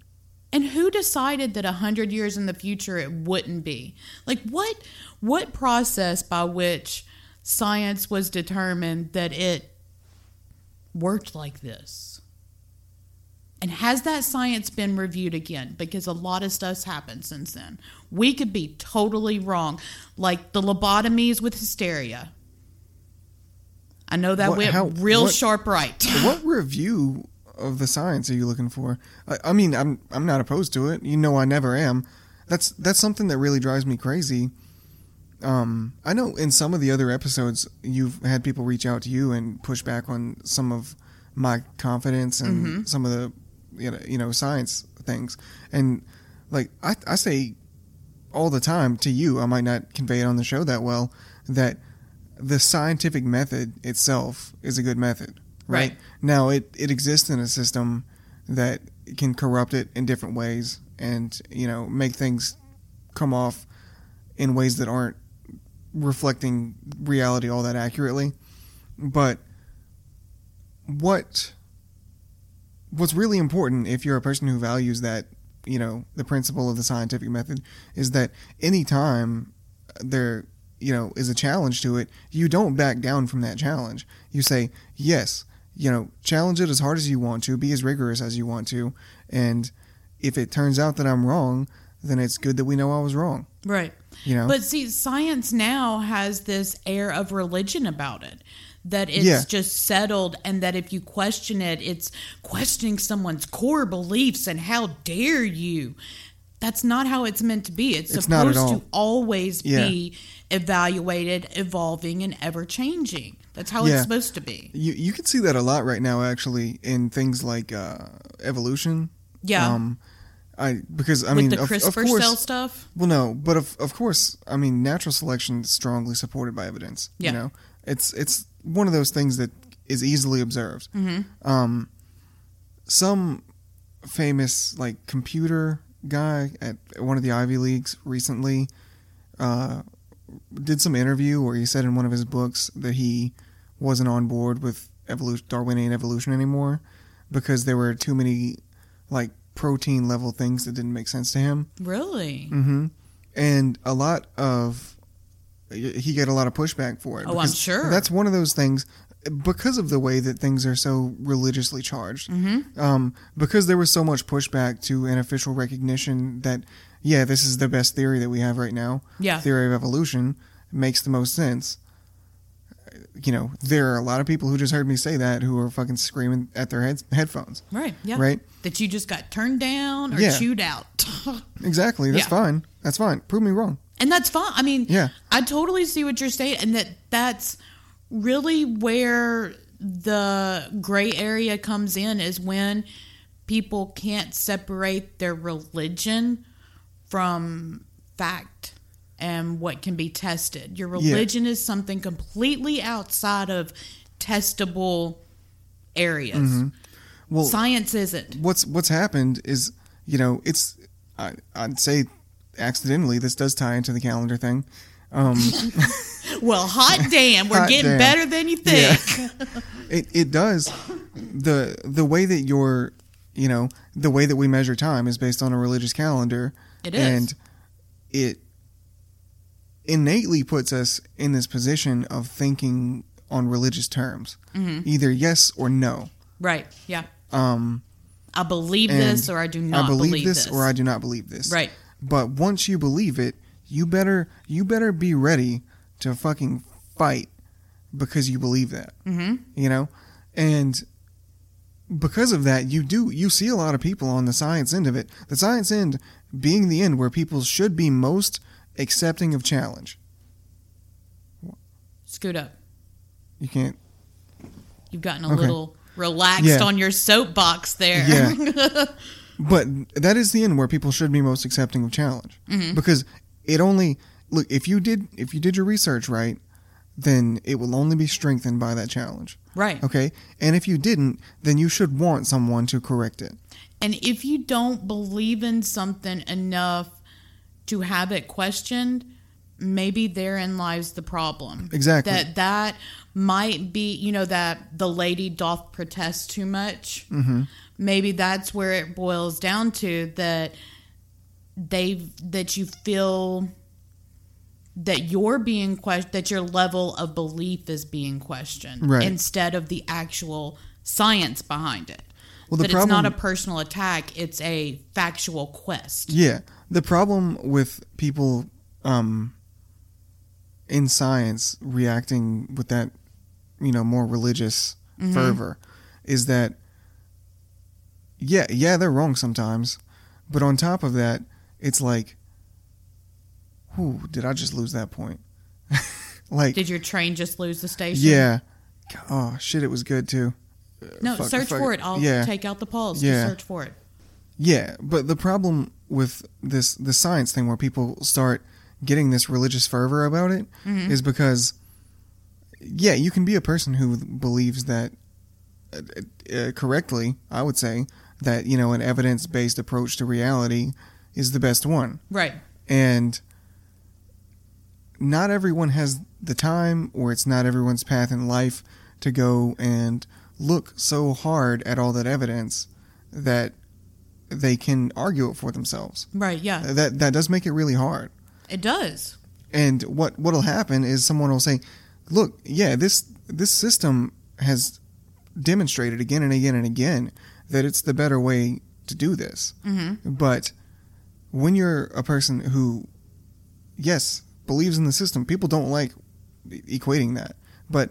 Speaker 1: And who decided that a hundred years in the future it wouldn't be? Like what what process by which science was determined that it worked like this? And has that science been reviewed again? Because a lot of stuff's happened since then. We could be totally wrong. Like the lobotomies with hysteria. I know that
Speaker 2: What-
Speaker 1: went
Speaker 2: how-
Speaker 1: real
Speaker 2: what-
Speaker 1: sharp right. *laughs* *clears throat*
Speaker 2: what review of the science are you looking for? I, I mean, I'm I'm not opposed to it. You know, I never am. That's that's something that really drives me crazy. Um, I know in some of the other episodes you've had people reach out to you and push back on some of my confidence and some of the you know, you know science things, and like I, I say all the time to you, I might not convey it on the show that well that the scientific method itself is a good method, right?
Speaker 1: Right.
Speaker 2: Now it it exists in a system that can corrupt it in different ways, and you know make things come off in ways that aren't reflecting reality all that accurately. But what what's really important if you're a person who values that, you know, the principle of the scientific method is that any time there you know is a challenge to it, you don't back down from that challenge. You say, "Yes, you know, challenge it as hard as you want to, be as rigorous as you want to, and if it turns out that I'm wrong, then it's good that we know I was wrong."
Speaker 1: Right.
Speaker 2: You know?
Speaker 1: But see, science now has this air of religion about it. That it's
Speaker 2: Yeah.
Speaker 1: just settled, and that if you question it, it's questioning someone's core beliefs and how dare you. That's not how it's meant to be. It's,
Speaker 2: It's not at
Speaker 1: supposed
Speaker 2: all.
Speaker 1: to always
Speaker 2: Yeah.
Speaker 1: be evaluated, evolving, and ever changing. That's how
Speaker 2: Yeah.
Speaker 1: it's supposed to be.
Speaker 2: You you can see that a lot right now, actually, in things like uh, evolution.
Speaker 1: Yeah.
Speaker 2: Um, I because I
Speaker 1: With
Speaker 2: mean,
Speaker 1: the
Speaker 2: of,
Speaker 1: CRISPR
Speaker 2: of course,
Speaker 1: cell stuff.
Speaker 2: well, no, but of of course, I mean, natural selection is strongly supported by evidence.
Speaker 1: Yeah.
Speaker 2: You know, it's it's one of those things that is easily observed. Um, some famous like computer guy at one of the Ivy Leagues recently uh, did some interview where he said in one of his books that he wasn't on board with evolution, Darwinian evolution anymore because there were too many like protein level things that didn't make sense to him.
Speaker 1: Really?
Speaker 2: Mm-hmm. And a lot of he got a lot of pushback for it.
Speaker 1: Oh, I'm
Speaker 2: because
Speaker 1: sure.
Speaker 2: That's one of those things because of the way that things are so religiously charged. Mm-hmm. Um, because there was so much pushback to an official recognition that yeah, this is the best theory that we have right now.
Speaker 1: Yeah.
Speaker 2: Theory of evolution makes the most sense. You know, there are a lot of people who just heard me say that who are fucking screaming at their heads headphones.
Speaker 1: Right. Yeah.
Speaker 2: Right.
Speaker 1: That you just got turned down or
Speaker 2: Yeah.
Speaker 1: chewed out. *laughs*
Speaker 2: Exactly. That's
Speaker 1: Yeah.
Speaker 2: fine. That's fine. Prove me wrong.
Speaker 1: and that's fine. I mean,
Speaker 2: Yeah.
Speaker 1: I totally see what you're saying, and that that's really where the gray area comes in is when people can't separate their religion from fact and what can be tested. Your religion is something completely outside of testable areas.
Speaker 2: Mm-hmm. Well,
Speaker 1: Science isn't.
Speaker 2: what's what's happened is you know it's I, I'd say accidentally this does tie into the calendar thing.
Speaker 1: *laughs*
Speaker 2: Um,
Speaker 1: Well, hot damn, we're
Speaker 2: Hot
Speaker 1: getting
Speaker 2: damn.
Speaker 1: better than you think. *laughs*
Speaker 2: it it does the the way that your you know the way that we measure time is based on a religious calendar.
Speaker 1: It is.
Speaker 2: and it innately puts us in this position of thinking on religious terms,
Speaker 1: Mm-hmm.
Speaker 2: either yes or no.
Speaker 1: Right. Yeah.
Speaker 2: Um,
Speaker 1: I believe
Speaker 2: and
Speaker 1: this or I do not
Speaker 2: I
Speaker 1: believe,
Speaker 2: believe,
Speaker 1: this.
Speaker 2: or I do not believe this.
Speaker 1: Right.
Speaker 2: But once you believe it, you better you better be ready to fucking fight because you believe that. Mm-hmm. You know, and because of that, you do you see a lot of people on the science end of it. The science end being the end where people should be most accepting of challenge.
Speaker 1: Scoot up.
Speaker 2: You can't.
Speaker 1: You've gotten a
Speaker 2: Okay.
Speaker 1: little relaxed
Speaker 2: Yeah.
Speaker 1: on your soapbox there.
Speaker 2: Yeah. but that is the end where people should be most accepting of challenge
Speaker 1: Mm-hmm.
Speaker 2: because it only look if you did if you did your research right, then it will only be strengthened by that challenge.
Speaker 1: *laughs* right.
Speaker 2: Okay, and if you didn't, then you should want someone to correct it.
Speaker 1: And if you don't believe in something enough to have it questioned, maybe therein lies the problem.
Speaker 2: Exactly.
Speaker 1: That that might be, you know, that the lady doth protest too much.
Speaker 2: Mm-hmm.
Speaker 1: Maybe that's where it boils down to that they that you feel that you're being questioned that your level of belief is being questioned
Speaker 2: Right.
Speaker 1: instead of the actual science behind it
Speaker 2: Well, the
Speaker 1: that
Speaker 2: problem
Speaker 1: it's not a personal attack; it's a factual quest.
Speaker 2: Yeah. The problem with people um, in science reacting with that, you know, more religious
Speaker 1: Mm-hmm.
Speaker 2: fervor is that, yeah, yeah, they're wrong sometimes. But on top of that, it's like, whew, did I just lose that point? *laughs* like,
Speaker 1: Did your train just lose the station?
Speaker 2: yeah. Oh, shit, it was good too.
Speaker 1: No,
Speaker 2: Fuck-
Speaker 1: search
Speaker 2: fuck
Speaker 1: for
Speaker 2: it.
Speaker 1: it. I'll
Speaker 2: Yeah.
Speaker 1: take out the pause.
Speaker 2: Yeah.
Speaker 1: Just search for it.
Speaker 2: Yeah, but the problem with this the science thing where people start getting this religious fervor about it is because yeah, you can be a person who believes that uh, uh, correctly, I would say, that you know an evidence-based approach to reality is the best one.
Speaker 1: Right.
Speaker 2: And not everyone has the time or it's not everyone's path in life to go and look so hard at all that evidence that they can argue it for themselves.
Speaker 1: Right. Yeah.
Speaker 2: That that does make it really hard.
Speaker 1: It does.
Speaker 2: And what what'll happen is someone will say, "Look, yeah, this this system has demonstrated again and again and again that it's the better way to do this." Mm-hmm. But when you're a person who, yes, believes in the system, people don't like e- equating that. But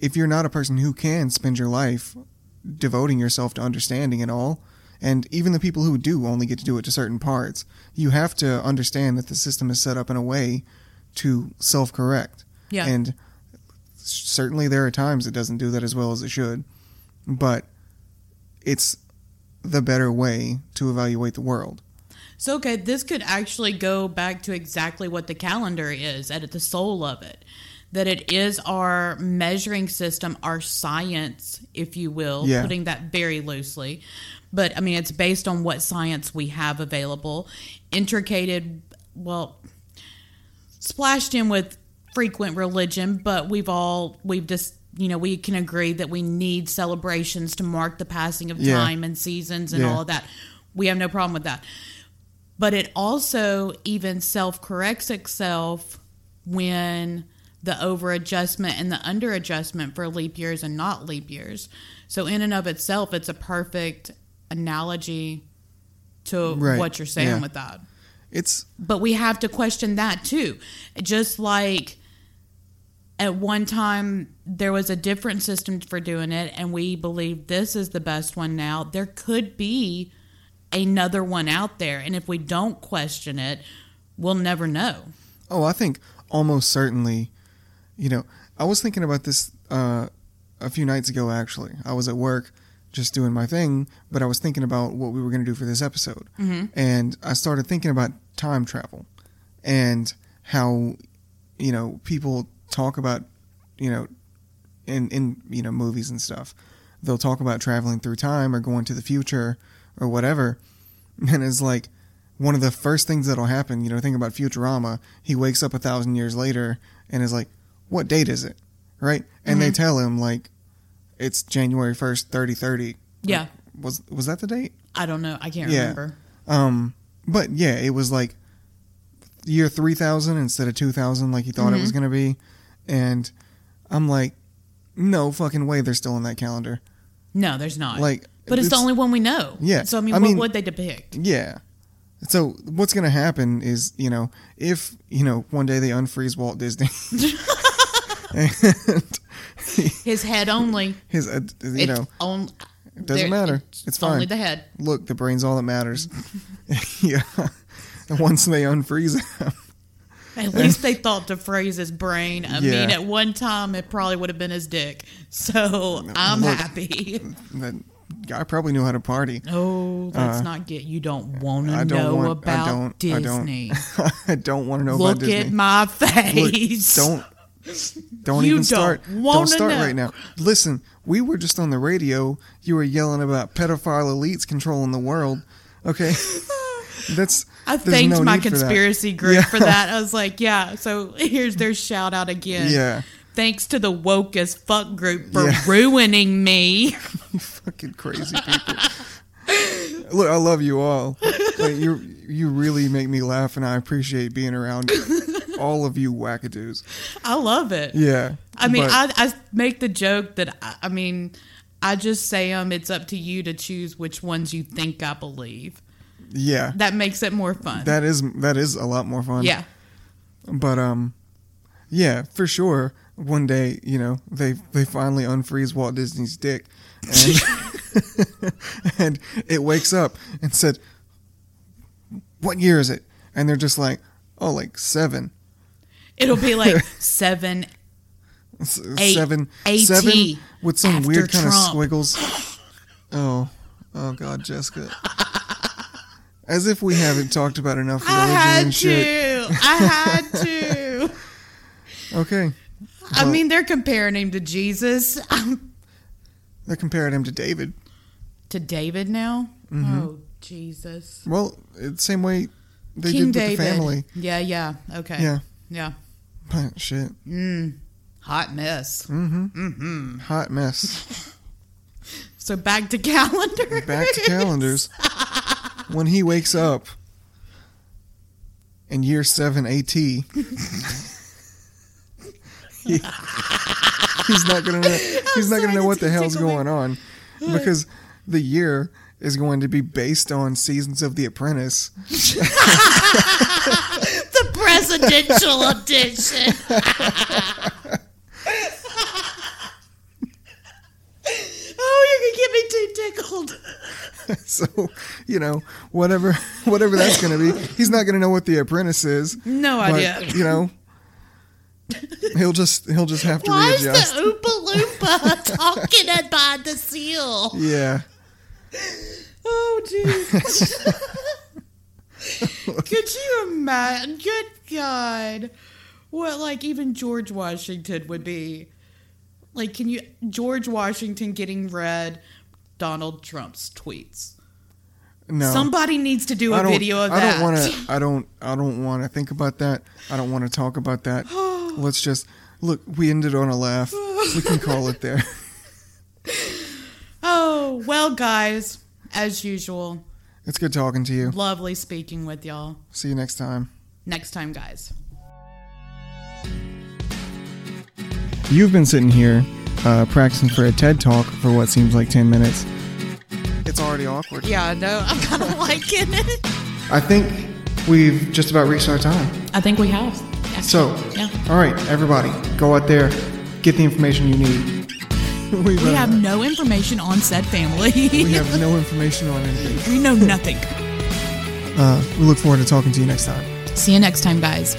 Speaker 2: if you're not a person who can spend your life devoting yourself to understanding it all, and even the people who do only get to do it to certain parts, you have to understand that the system is set up in a way to self correct.
Speaker 1: Yeah.
Speaker 2: And certainly there are times it doesn't do that as well as it should, but it's the better way to evaluate the world.
Speaker 1: So okay, this could actually go back to exactly what the calendar is at the soul of it. That it is our measuring system, our science, if you will,
Speaker 2: Yeah.
Speaker 1: putting that very loosely. But I mean, it's based on what science we have available, intricated, well, splashed in with frequent religion, but we've all we've just you know we can agree that we need celebrations to mark the passing of
Speaker 2: Yeah.
Speaker 1: time and seasons and
Speaker 2: Yeah.
Speaker 1: all of that. We have no problem with that. But it also even self corrects itself when the over adjustment and the under adjustment for leap years and not leap years. So in and of itself, it's a perfect analogy to
Speaker 2: Right.
Speaker 1: what you're saying
Speaker 2: Yeah.
Speaker 1: with that
Speaker 2: It's
Speaker 1: but we have to question that too. Just like at one time there was a different system for doing it, and we believe this is the best one now, there could be another one out there. And if we don't question it, we'll never know.
Speaker 2: Oh, I think almost certainly. You know, I was thinking about this uh, a few nights ago. Actually, I was at work just doing my thing, but I was thinking about what we were going to do for this episode, and I started thinking about time travel and how you know people talk about you know in in you know movies and stuff. They'll talk about traveling through time or going to the future or whatever, *laughs* and it's like one of the first things that'll happen. You know, think about Futurama. He wakes up a thousand years later and is like, "What date is it?" Right, and they tell him like, "It's January first, thirty thirty.
Speaker 1: Yeah.
Speaker 2: was was that the date?
Speaker 1: I don't know. I can't
Speaker 2: Yeah.
Speaker 1: remember.
Speaker 2: Um, but yeah, it was like year 3000 instead of 2000 like he thought it was
Speaker 1: Mm-hmm.
Speaker 2: going to be. And I'm like, no fucking way they're still in that calendar.
Speaker 1: No, there's not.
Speaker 2: Like,
Speaker 1: but it's, the
Speaker 2: it's-
Speaker 1: only one we know.
Speaker 2: Yeah.
Speaker 1: So I mean,
Speaker 2: I
Speaker 1: what
Speaker 2: mean-
Speaker 1: would they depict?
Speaker 2: Yeah. So what's going to happen is, you know, if, you know, one day they unfreeze Walt Disney *laughs* and
Speaker 1: His head only.
Speaker 2: his, uh, you
Speaker 1: it's
Speaker 2: know,
Speaker 1: on- there-
Speaker 2: doesn't matter. It's
Speaker 1: only
Speaker 2: fine.
Speaker 1: the head.
Speaker 2: look, the *laughs* brain's all that matters. yeah. And once they unfreeze him,
Speaker 1: At least they thought to phrase his brain. I
Speaker 2: Yeah.
Speaker 1: mean, at one time it probably would have been his dick. So
Speaker 2: *laughs*
Speaker 1: I'm
Speaker 2: Look. *laughs*
Speaker 1: happy.
Speaker 2: That guy probably knew how to party.
Speaker 1: Oh, let's not get. You don't want
Speaker 2: Uh, I
Speaker 1: to
Speaker 2: don't
Speaker 1: know
Speaker 2: want.
Speaker 1: about
Speaker 2: I don't. *laughs*
Speaker 1: Disney.
Speaker 2: I don't. I don't want to know
Speaker 1: Look
Speaker 2: about Disney.
Speaker 1: at my
Speaker 2: Look,
Speaker 1: face.
Speaker 2: don't don't
Speaker 1: You
Speaker 2: even
Speaker 1: don't
Speaker 2: start
Speaker 1: wanna
Speaker 2: don't start
Speaker 1: know.
Speaker 2: right now listen we were just on the radio you were yelling about pedophile elites controlling the world
Speaker 1: *laughs*
Speaker 2: okay that's
Speaker 1: I
Speaker 2: there's
Speaker 1: thanked
Speaker 2: no
Speaker 1: my
Speaker 2: need for that.
Speaker 1: conspiracy group
Speaker 2: Yeah.
Speaker 1: for
Speaker 2: *laughs*
Speaker 1: that. I was like, yeah. So here's their shout out again.
Speaker 2: Yeah.
Speaker 1: Thanks to the woke as fuck group for
Speaker 2: Yeah.
Speaker 1: ruining
Speaker 2: *laughs*
Speaker 1: me.
Speaker 2: you fucking crazy people look i love you all like you you really make me laugh and i appreciate being around all of you wackadoos
Speaker 1: I love it.
Speaker 2: yeah
Speaker 1: I mean,
Speaker 2: but-
Speaker 1: I, I make the joke that I, I mean, I just say um, it's up to you to choose which ones you think I believe.
Speaker 2: yeah
Speaker 1: That makes it more fun.
Speaker 2: that is that is a lot more fun
Speaker 1: yeah.
Speaker 2: But um, yeah, for sure. One day, you know, they they finally unfreeze Walt Disney's dick, and, *laughs* and it wakes up and said, "What year is it?" And they're just like, "Oh, like seven,
Speaker 1: It'll be
Speaker 2: *laughs*
Speaker 1: like seven.
Speaker 2: S-
Speaker 1: Eight-
Speaker 2: seven,
Speaker 1: AT
Speaker 2: seven with some
Speaker 1: after
Speaker 2: weird kind of
Speaker 1: Trump.
Speaker 2: squiggles." Oh, oh God, Jessica. As if we haven't talked about enough religion
Speaker 1: I had
Speaker 2: and shit.
Speaker 1: to. I
Speaker 2: *laughs*
Speaker 1: had to.
Speaker 2: Okay,
Speaker 1: I
Speaker 2: Well-
Speaker 1: mean, they're comparing him to Jesus. um,
Speaker 2: they're comparing him to David.
Speaker 1: to David now.
Speaker 2: Mm-hmm.
Speaker 1: Oh Jesus,
Speaker 2: Well, it's same way they
Speaker 1: King
Speaker 2: did
Speaker 1: David.
Speaker 2: with the family.
Speaker 1: Yeah, yeah, okay,
Speaker 2: Yeah.
Speaker 1: yeah.
Speaker 2: But shit.
Speaker 1: Hot mess.
Speaker 2: Mm. Hot mess.
Speaker 1: So back to *laughs* calendar.
Speaker 2: Back to
Speaker 1: *laughs*
Speaker 2: calendars. when he wakes up in year seven AT, he, he's not
Speaker 1: *laughs*
Speaker 2: gonna know, he's not
Speaker 1: sorry,
Speaker 2: gonna know what
Speaker 1: that's
Speaker 2: the hell's
Speaker 1: tickling.
Speaker 2: going on because the year is going to be based on seasons of The Apprentice. *laughs*
Speaker 1: the presidential edition. oh, you're gonna get me too tickled.
Speaker 2: So you know whatever *laughs* whatever that's gonna be, he's not gonna know what The Apprentice is.
Speaker 1: No
Speaker 2: but,
Speaker 1: idea.
Speaker 2: You know, he'll just he'll just have to
Speaker 1: Why is
Speaker 2: readjust.
Speaker 1: the Oompa Loompa talking about the seal?
Speaker 2: yeah.
Speaker 1: Oh, jeez. *laughs* Could you imagine? Good God. What, like, even George Washington would be. Like, can you. George Washington getting read Donald Trump's tweets.
Speaker 2: No.
Speaker 1: Somebody needs to do
Speaker 2: I
Speaker 1: a
Speaker 2: don't,
Speaker 1: video of
Speaker 2: I
Speaker 1: that.
Speaker 2: don't want to. I don't. I don't want to think about that. I don't want to talk
Speaker 1: *gasps*
Speaker 2: about that. Let's just look. We ended on a laugh. We can call
Speaker 1: *laughs*
Speaker 2: it there.
Speaker 1: *laughs* Oh, well, guys, as usual,
Speaker 2: It's good talking to you.
Speaker 1: lovely speaking with y'all.
Speaker 2: See you next time.
Speaker 1: Next time, guys.
Speaker 2: You've been sitting here uh, practicing for a TED talk for what seems like ten minutes. It's already awkward.
Speaker 1: Yeah, no, *laughs* I'm kind of liking it.
Speaker 2: I think we've just about reached our time.
Speaker 1: I think we have.
Speaker 2: So,
Speaker 1: Yeah.
Speaker 2: all right, everybody, go out there, get the information you need. *laughs* We've,
Speaker 1: We
Speaker 2: uh,
Speaker 1: have no information on said family.
Speaker 2: we have no information on
Speaker 1: *laughs*
Speaker 2: anything.
Speaker 1: we know nothing.
Speaker 2: Uh, we look forward to talking to you next time.
Speaker 1: See you next time, guys.